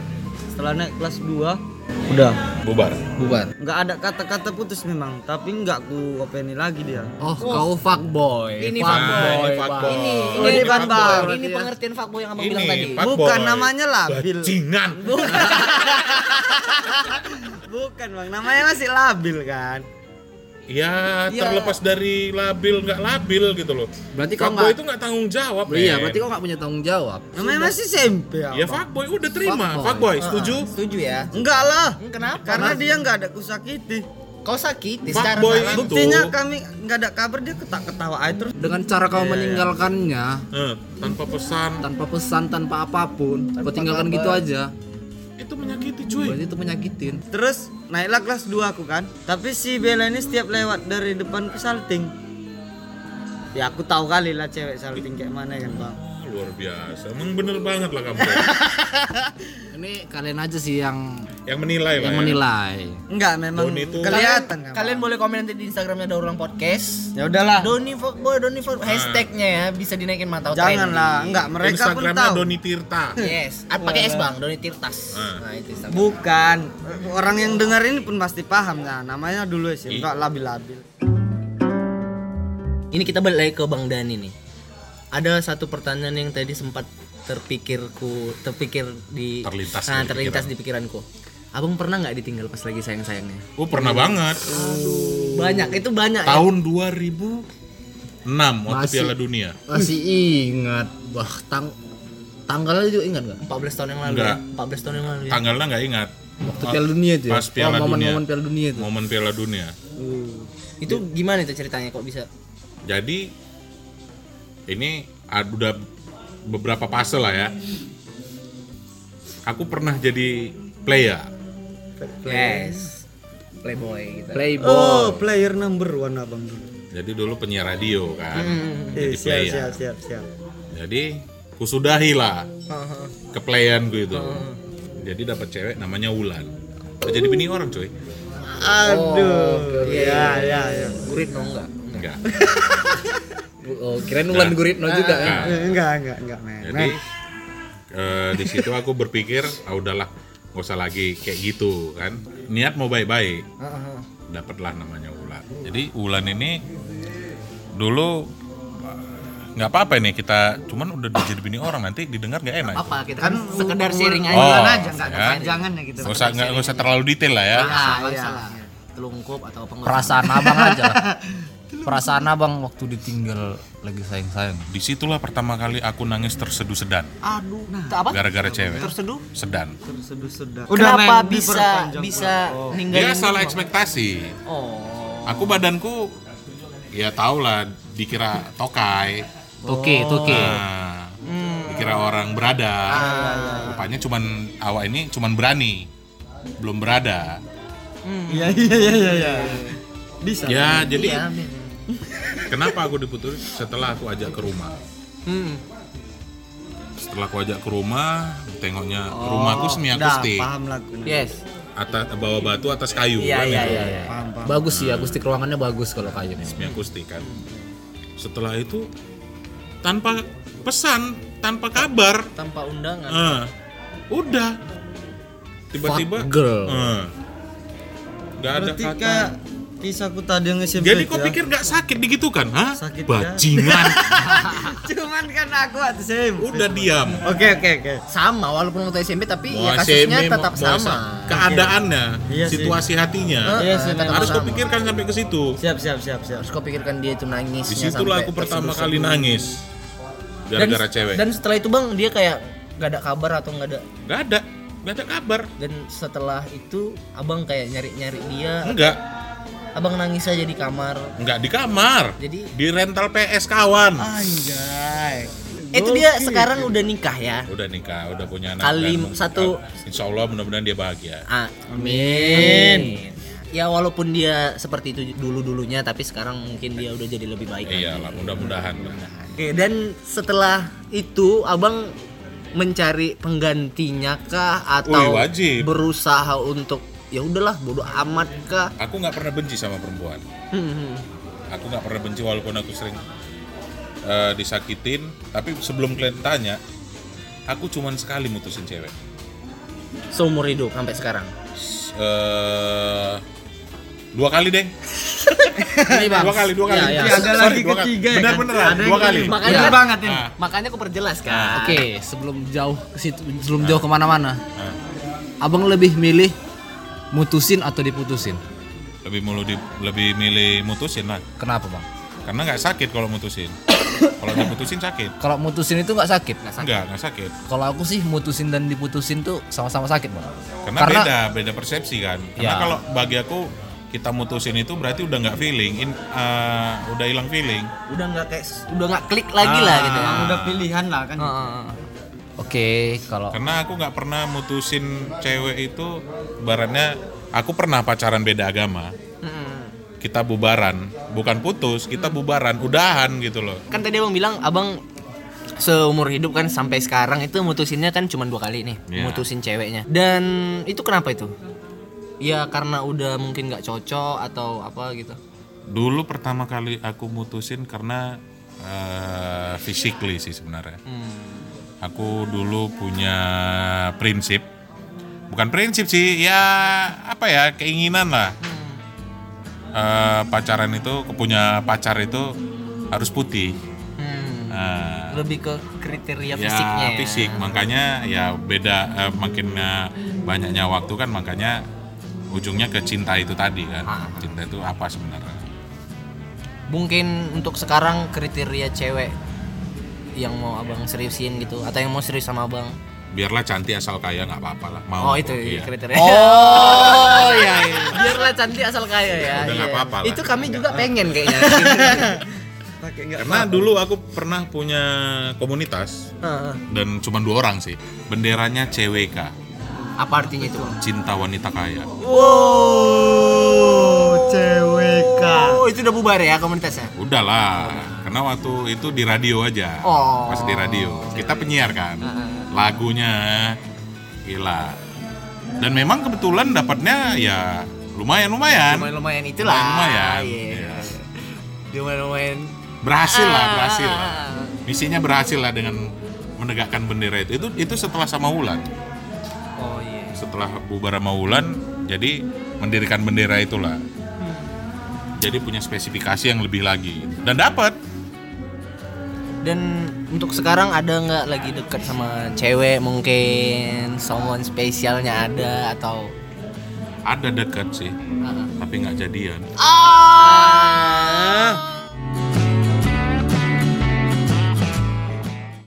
[SPEAKER 4] Setelah naik kelas 2 udah
[SPEAKER 3] Bubar.
[SPEAKER 2] Bubar.
[SPEAKER 4] nggak ada kata-kata putus memang tapi nggak ku openi lagi dia
[SPEAKER 2] Oh, kau fuckboy.
[SPEAKER 1] Ini
[SPEAKER 3] Nah,
[SPEAKER 1] fuckboy.
[SPEAKER 3] ini fuckboy.
[SPEAKER 1] Ini,
[SPEAKER 4] ini
[SPEAKER 1] ini,
[SPEAKER 4] Bang Bang.
[SPEAKER 1] ini, pengertian fuckboy yang abang
[SPEAKER 3] Ini
[SPEAKER 1] bilang tadi.
[SPEAKER 3] fuckboy.
[SPEAKER 4] bukan namanya labil
[SPEAKER 3] Bajingan.
[SPEAKER 4] bukan bang namanya masih labil kan
[SPEAKER 3] Ya, terlepas dari labil nggak labil gitu loh.
[SPEAKER 2] Berarti kau
[SPEAKER 3] Fuckboy
[SPEAKER 2] nggak-
[SPEAKER 3] itu nggak tanggung jawab.
[SPEAKER 2] Iya,
[SPEAKER 3] men.
[SPEAKER 2] berarti kau nggak punya tanggung jawab.
[SPEAKER 4] namanya masih SMP ya
[SPEAKER 3] Ya fuckboy udah terima.
[SPEAKER 2] Fuckboy.
[SPEAKER 3] Fuckboy, setuju?
[SPEAKER 1] Setuju ya?
[SPEAKER 4] enggak lah
[SPEAKER 1] Kenapa?
[SPEAKER 4] karena dia nggak ada kusakiti
[SPEAKER 1] kau sakit
[SPEAKER 3] Fuckboy itu.
[SPEAKER 4] buktinya kami nggak ada kabar dia ketak ketawa aja terus
[SPEAKER 2] Dengan cara kau meninggalkannya
[SPEAKER 3] Eh, tanpa pesan
[SPEAKER 2] tanpa pesan, tanpa apapun, kau tinggalkan gitu aja.
[SPEAKER 3] itu menyakiti cuy.
[SPEAKER 2] Berarti itu menyakitin.
[SPEAKER 4] terus naiklah kelas 2 aku kan tapi si Bella ini setiap lewat dari depan ke salting ya aku tahu kali lah cewek salting kayak mana kan bang
[SPEAKER 3] Luar biasa. Emang bener banget lah kamu.
[SPEAKER 2] Ini kalian aja sih yang
[SPEAKER 3] yang menilai lah.
[SPEAKER 2] yang
[SPEAKER 3] ya.
[SPEAKER 2] menilai.
[SPEAKER 4] enggak memang
[SPEAKER 3] Doni tuh-
[SPEAKER 4] kelihatan
[SPEAKER 1] Kalian,
[SPEAKER 4] kan,
[SPEAKER 1] kalian
[SPEAKER 4] Bang.
[SPEAKER 1] boleh komen nanti di Instagramnya Daur Ulang Podcast.
[SPEAKER 4] ya udahlah
[SPEAKER 1] Doni fuckboy, Doni
[SPEAKER 3] Ah.
[SPEAKER 1] fuckboy. Hashtagnya ya bisa dinaikin mantau.
[SPEAKER 4] Janganlah, enggak mereka pun
[SPEAKER 3] Instagramnya
[SPEAKER 4] tahu.
[SPEAKER 3] Doni Tirta.
[SPEAKER 1] Yes, Ah, pakai S bang, Doni Tirtas.
[SPEAKER 3] Ah.
[SPEAKER 1] Nah itu Instagram.
[SPEAKER 4] Bukan, orang yang dengar ini pun pasti paham nah, namanya dulu sih, enggak labil-labil.
[SPEAKER 1] Ini kita balik lagi ke Bang Dani nih. Ada satu pertanyaan yang tadi sempat terpikirku, terpikir di
[SPEAKER 3] Terlintas
[SPEAKER 1] nah,
[SPEAKER 3] di
[SPEAKER 1] terlintas di pikiranku. Abang pernah nggak ditinggal pas lagi sayang-sayangnya?
[SPEAKER 3] Oh pernah banget.
[SPEAKER 2] Eh.
[SPEAKER 1] Banyak, itu banyak. ya.
[SPEAKER 3] Tahun 2006 waktu
[SPEAKER 2] Masih.
[SPEAKER 3] Piala Dunia.
[SPEAKER 2] Masih ingat bah tang tanggalnya juga ingat nggak?
[SPEAKER 1] 14 tahun yang lalu.
[SPEAKER 3] Enggak.
[SPEAKER 1] Ya? 14 tahun yang lalu. Ya?
[SPEAKER 3] Tanggalnya nggak ingat.
[SPEAKER 2] Waktu Piala Dunia itu ya?
[SPEAKER 3] Pas Piala
[SPEAKER 2] Oh, momen-momen
[SPEAKER 3] Dunia.
[SPEAKER 2] Piala Dunia itu.
[SPEAKER 3] Momen Piala Dunia.
[SPEAKER 1] Uh. Itu gimana itu ceritanya kok bisa?
[SPEAKER 3] Jadi ini ad- udah beberapa fase lah ya. Aku pernah jadi player.
[SPEAKER 1] Yes. Playboy gitu.
[SPEAKER 2] Playboy.
[SPEAKER 4] Oh, player number one abang dulu.
[SPEAKER 3] Jadi dulu penyiar radio kan.
[SPEAKER 2] Hmm.
[SPEAKER 3] Jadi
[SPEAKER 1] Hmm,
[SPEAKER 4] Eh, siap,
[SPEAKER 3] player.
[SPEAKER 4] siap, siap, siap.
[SPEAKER 3] Jadi kusudahi lah keplayan gue itu. Jadi dapat cewek namanya Wulan. Oh, jadi bini orang cuy.
[SPEAKER 4] Oh, Aduh, ya, ya, ya.
[SPEAKER 1] Gurit no enggak?
[SPEAKER 3] Enggak. Nah.
[SPEAKER 2] Oh, kirain Ulan Guritno juga ya.
[SPEAKER 3] Enggak.
[SPEAKER 4] iya. Eh, Enggak, enggak, enggak, men.
[SPEAKER 3] Jadi eh, di situ aku berpikir ah udahlah nggak usah lagi kayak gitu kan niat mau baik-baik dapatlah namanya Ulan jadi Ulan ini dulu eh, nggak apa-apa nih kita cuman udah jadi bini orang nanti didengar nggak enak
[SPEAKER 1] apa kita kan sekedar
[SPEAKER 4] umur-
[SPEAKER 1] sharing aja
[SPEAKER 3] Oh,
[SPEAKER 4] Ulan aja nggak
[SPEAKER 3] ya.
[SPEAKER 4] kepanjangan ya gitu.
[SPEAKER 3] nggak usah nggak nggak usah terlalu detail lah ya
[SPEAKER 1] Ah,
[SPEAKER 4] Iya.
[SPEAKER 1] salah. telungkup atau apa
[SPEAKER 2] Perasaan abang aja lah. Perasaan abang waktu ditinggal lagi sayang-sayang.
[SPEAKER 3] disitulah pertama kali aku nangis terseduh sedan
[SPEAKER 1] aduh nah. apa
[SPEAKER 3] gara-gara cewek
[SPEAKER 1] terseduh
[SPEAKER 3] sedan
[SPEAKER 4] Sedap.
[SPEAKER 1] kenapa
[SPEAKER 4] men,
[SPEAKER 1] bisa
[SPEAKER 4] diperpanjang.
[SPEAKER 1] bisa ninggalin
[SPEAKER 3] dia salah
[SPEAKER 1] gua?
[SPEAKER 3] ekspektasi
[SPEAKER 1] oh
[SPEAKER 3] aku badanku ya tau lah dikira tokai
[SPEAKER 2] Oke, oke.
[SPEAKER 3] Nah, dikira orang berada
[SPEAKER 4] Ah.
[SPEAKER 3] rupanya cuman awak ini cuman berani belum berada
[SPEAKER 4] Iya iya iya iya. iya. Bisa.
[SPEAKER 3] ya jadi
[SPEAKER 1] iya
[SPEAKER 3] kenapa aku diputus setelah aku ajak ke rumah
[SPEAKER 4] Hmm.
[SPEAKER 3] setelah aku ajak ke rumah tengoknya rumahku semi
[SPEAKER 4] Oh, Udah,
[SPEAKER 3] akustik
[SPEAKER 4] paham nah. lah aku.
[SPEAKER 1] yes
[SPEAKER 3] atas bawa batu atas kayu
[SPEAKER 1] iya
[SPEAKER 3] kan
[SPEAKER 1] iya
[SPEAKER 3] itu.
[SPEAKER 1] iya iya.
[SPEAKER 4] Paham, paham.
[SPEAKER 2] Bagus sih akustik ruangannya bagus kalau kayu nih.
[SPEAKER 3] semi akustik kan setelah itu tanpa pesan tanpa kabar
[SPEAKER 1] tanpa undangan
[SPEAKER 3] Eh, udah tiba-tiba
[SPEAKER 2] Fuck girl.
[SPEAKER 3] eh, nggak ada
[SPEAKER 4] Berarti
[SPEAKER 3] kata
[SPEAKER 4] kayak kisahku tadi yang nge
[SPEAKER 3] jadi kau pikir nggak sakit begitu kan Hah?
[SPEAKER 4] Sakit,
[SPEAKER 3] bajingan
[SPEAKER 4] cuman kan aku at the same.
[SPEAKER 3] udah diam
[SPEAKER 4] Oke oke oke.
[SPEAKER 1] sama walaupun waktu SMP tapi
[SPEAKER 3] Mau
[SPEAKER 1] ya kasusnya
[SPEAKER 3] SMA,
[SPEAKER 1] tetap
[SPEAKER 3] mau
[SPEAKER 1] sama
[SPEAKER 3] sa- keadaannya
[SPEAKER 4] Iya sih.
[SPEAKER 3] situasi hatinya
[SPEAKER 4] Iya sih.
[SPEAKER 1] Eh, tetap
[SPEAKER 3] kan? harus kau
[SPEAKER 1] sama.
[SPEAKER 3] pikirkan sampai ke situ
[SPEAKER 4] Siap siap siap siap.
[SPEAKER 1] harus kau pikirkan dia itu nangisnya sampai
[SPEAKER 3] disitulah aku pertama kali
[SPEAKER 1] terseduh-seduh.
[SPEAKER 3] nangis gara-gara cewek
[SPEAKER 1] dan setelah itu bang dia kayak gak ada kabar atau gak ada
[SPEAKER 3] nggak ada nggak ada kabar
[SPEAKER 1] dan setelah itu abang kayak nyari-nyari dia
[SPEAKER 3] enggak
[SPEAKER 1] abang nangis aja di kamar
[SPEAKER 3] nggak di kamar
[SPEAKER 1] Jadi-
[SPEAKER 3] di rental PS kawan
[SPEAKER 1] Ah.
[SPEAKER 4] Anjay.
[SPEAKER 1] Eh, itu dia sekarang udah nikah ya
[SPEAKER 3] udah nikah udah punya anak
[SPEAKER 1] Kali
[SPEAKER 3] dan-
[SPEAKER 1] satu-
[SPEAKER 3] Insya Allah mudah-mudahan dia bahagia
[SPEAKER 1] amin ya walaupun dia seperti itu dulu dulunya tapi sekarang mungkin dia udah jadi lebih baik
[SPEAKER 4] Iya.
[SPEAKER 3] iyalah mudah-mudahan lah
[SPEAKER 1] oke dan setelah itu abang mencari penggantinya kah atau
[SPEAKER 3] Wih, wajib.
[SPEAKER 1] berusaha untuk ya udahlah bodoh amat kah
[SPEAKER 3] aku nggak pernah benci sama perempuan
[SPEAKER 1] Hmm,
[SPEAKER 3] aku nggak pernah benci walaupun aku sering eh, disakitin tapi sebelum kalian tanya aku cuman sekali mutusin cewek
[SPEAKER 1] seumur hidup sampai sekarang
[SPEAKER 3] S- eh, dua kali deh
[SPEAKER 1] Ini, Bang.
[SPEAKER 3] dua kali dua kali
[SPEAKER 1] Iya, iya.
[SPEAKER 4] ya. Ada lagi
[SPEAKER 3] dua kali.
[SPEAKER 4] ketiga ya kan?
[SPEAKER 3] bener-beneran
[SPEAKER 4] Ada yang
[SPEAKER 3] dua kali
[SPEAKER 4] ketiga.
[SPEAKER 1] Makanya
[SPEAKER 4] Bener
[SPEAKER 1] kan-
[SPEAKER 4] banget ini.
[SPEAKER 3] Ah,
[SPEAKER 1] makanya aku perjelas kan
[SPEAKER 2] Oke, sebelum jauh ke situ, sebelum jauh kemana-mana, abang lebih milih mutusin atau diputusin?
[SPEAKER 3] lebih mulu di- lebih milih mutusin lah
[SPEAKER 2] Kenapa bang?
[SPEAKER 3] karena nggak sakit kalau mutusin kalau diputusin sakit
[SPEAKER 2] Kalau mutusin itu nggak sakit.
[SPEAKER 3] enggak nggak sakit
[SPEAKER 2] Kalau aku sih mutusin dan diputusin tuh sama-sama sakit bang.
[SPEAKER 3] karena, beda beda persepsi kan karena
[SPEAKER 2] Ya.
[SPEAKER 3] kalau bagi aku kita mutusin itu berarti udah nggak feeling in, eh, udah hilang feeling
[SPEAKER 1] udah nggak kayak udah nggak klik lagi lah gitu ya.
[SPEAKER 4] Ah. Udah pilihan lah
[SPEAKER 1] Ah,
[SPEAKER 4] kan.
[SPEAKER 2] Oke, kalau
[SPEAKER 3] karena aku nggak pernah mutusin cewek itu barannya aku pernah pacaran beda agama kita bubaran bukan putus kita bubaran udahan gitu loh
[SPEAKER 1] kan tadi abang bilang abang seumur hidup kan sampai sekarang itu mutusinnya kan cuma dua kali nih
[SPEAKER 3] Iya.
[SPEAKER 1] mutusin ceweknya dan itu kenapa itu ya karena udah mungkin nggak cocok atau apa gitu
[SPEAKER 3] dulu pertama kali aku mutusin karena eh physically sih sebenarnya
[SPEAKER 1] Hmm.
[SPEAKER 3] aku dulu punya prinsip bukan prinsip sih ya apa ya keinginan lah
[SPEAKER 1] Hmm.
[SPEAKER 3] Eh, pacaran itu punya pacar itu harus putih
[SPEAKER 1] Hmm,
[SPEAKER 3] Nah,
[SPEAKER 1] lebih ke kriteria
[SPEAKER 3] ya
[SPEAKER 1] fisiknya ya.
[SPEAKER 3] fisik makanya ya beda eh, makin eh, banyaknya waktu kan makanya ujungnya ke cinta itu tadi kan
[SPEAKER 1] Ah.
[SPEAKER 3] cinta itu apa sebenarnya
[SPEAKER 1] mungkin untuk sekarang kriteria cewek yang mau abang seriusin gitu atau yang mau serius sama abang
[SPEAKER 3] biarlah cantik asal kaya nggak apa-apa lah mau
[SPEAKER 1] oh, itu
[SPEAKER 3] iya.
[SPEAKER 1] kriteria oh iya, iya. biarlah cantik asal kaya ya
[SPEAKER 3] Udah nggak
[SPEAKER 1] Iya.
[SPEAKER 3] apa-apa lah.
[SPEAKER 1] itu kami juga pengen kayaknya
[SPEAKER 4] Pakai enggak
[SPEAKER 3] karena dulu aku pernah punya komunitas
[SPEAKER 4] Ah,
[SPEAKER 3] dan cuma dua orang sih benderanya CWK
[SPEAKER 1] apa artinya itu bang
[SPEAKER 3] cinta wanita kaya
[SPEAKER 4] CWK.
[SPEAKER 1] oh itu udah bubar ya komunitasnya
[SPEAKER 3] udahlah karena waktu itu di radio aja
[SPEAKER 1] Oh.
[SPEAKER 3] masih di radio kita penyiar kan lagunya gila dan memang kebetulan dapatnya ya lumayan lumayan
[SPEAKER 1] lumayan lumayan itulah
[SPEAKER 3] Lumayan-lumayan,
[SPEAKER 1] Iya.
[SPEAKER 3] iya.
[SPEAKER 1] lumayan lumayan Ah,
[SPEAKER 3] berhasil lah berhasil lah misinya berhasil lah dengan menegakkan bendera itu itu itu setelah sama Wulan
[SPEAKER 1] oh iya
[SPEAKER 3] setelah bubar sama Wulan jadi mendirikan bendera itulah jadi punya spesifikasi yang lebih lagi dan dapat
[SPEAKER 1] dan untuk sekarang ada nggak lagi dekat sama cewek mungkin someone spesialnya ada atau
[SPEAKER 3] ada dekat sih tapi nggak jadian
[SPEAKER 1] ah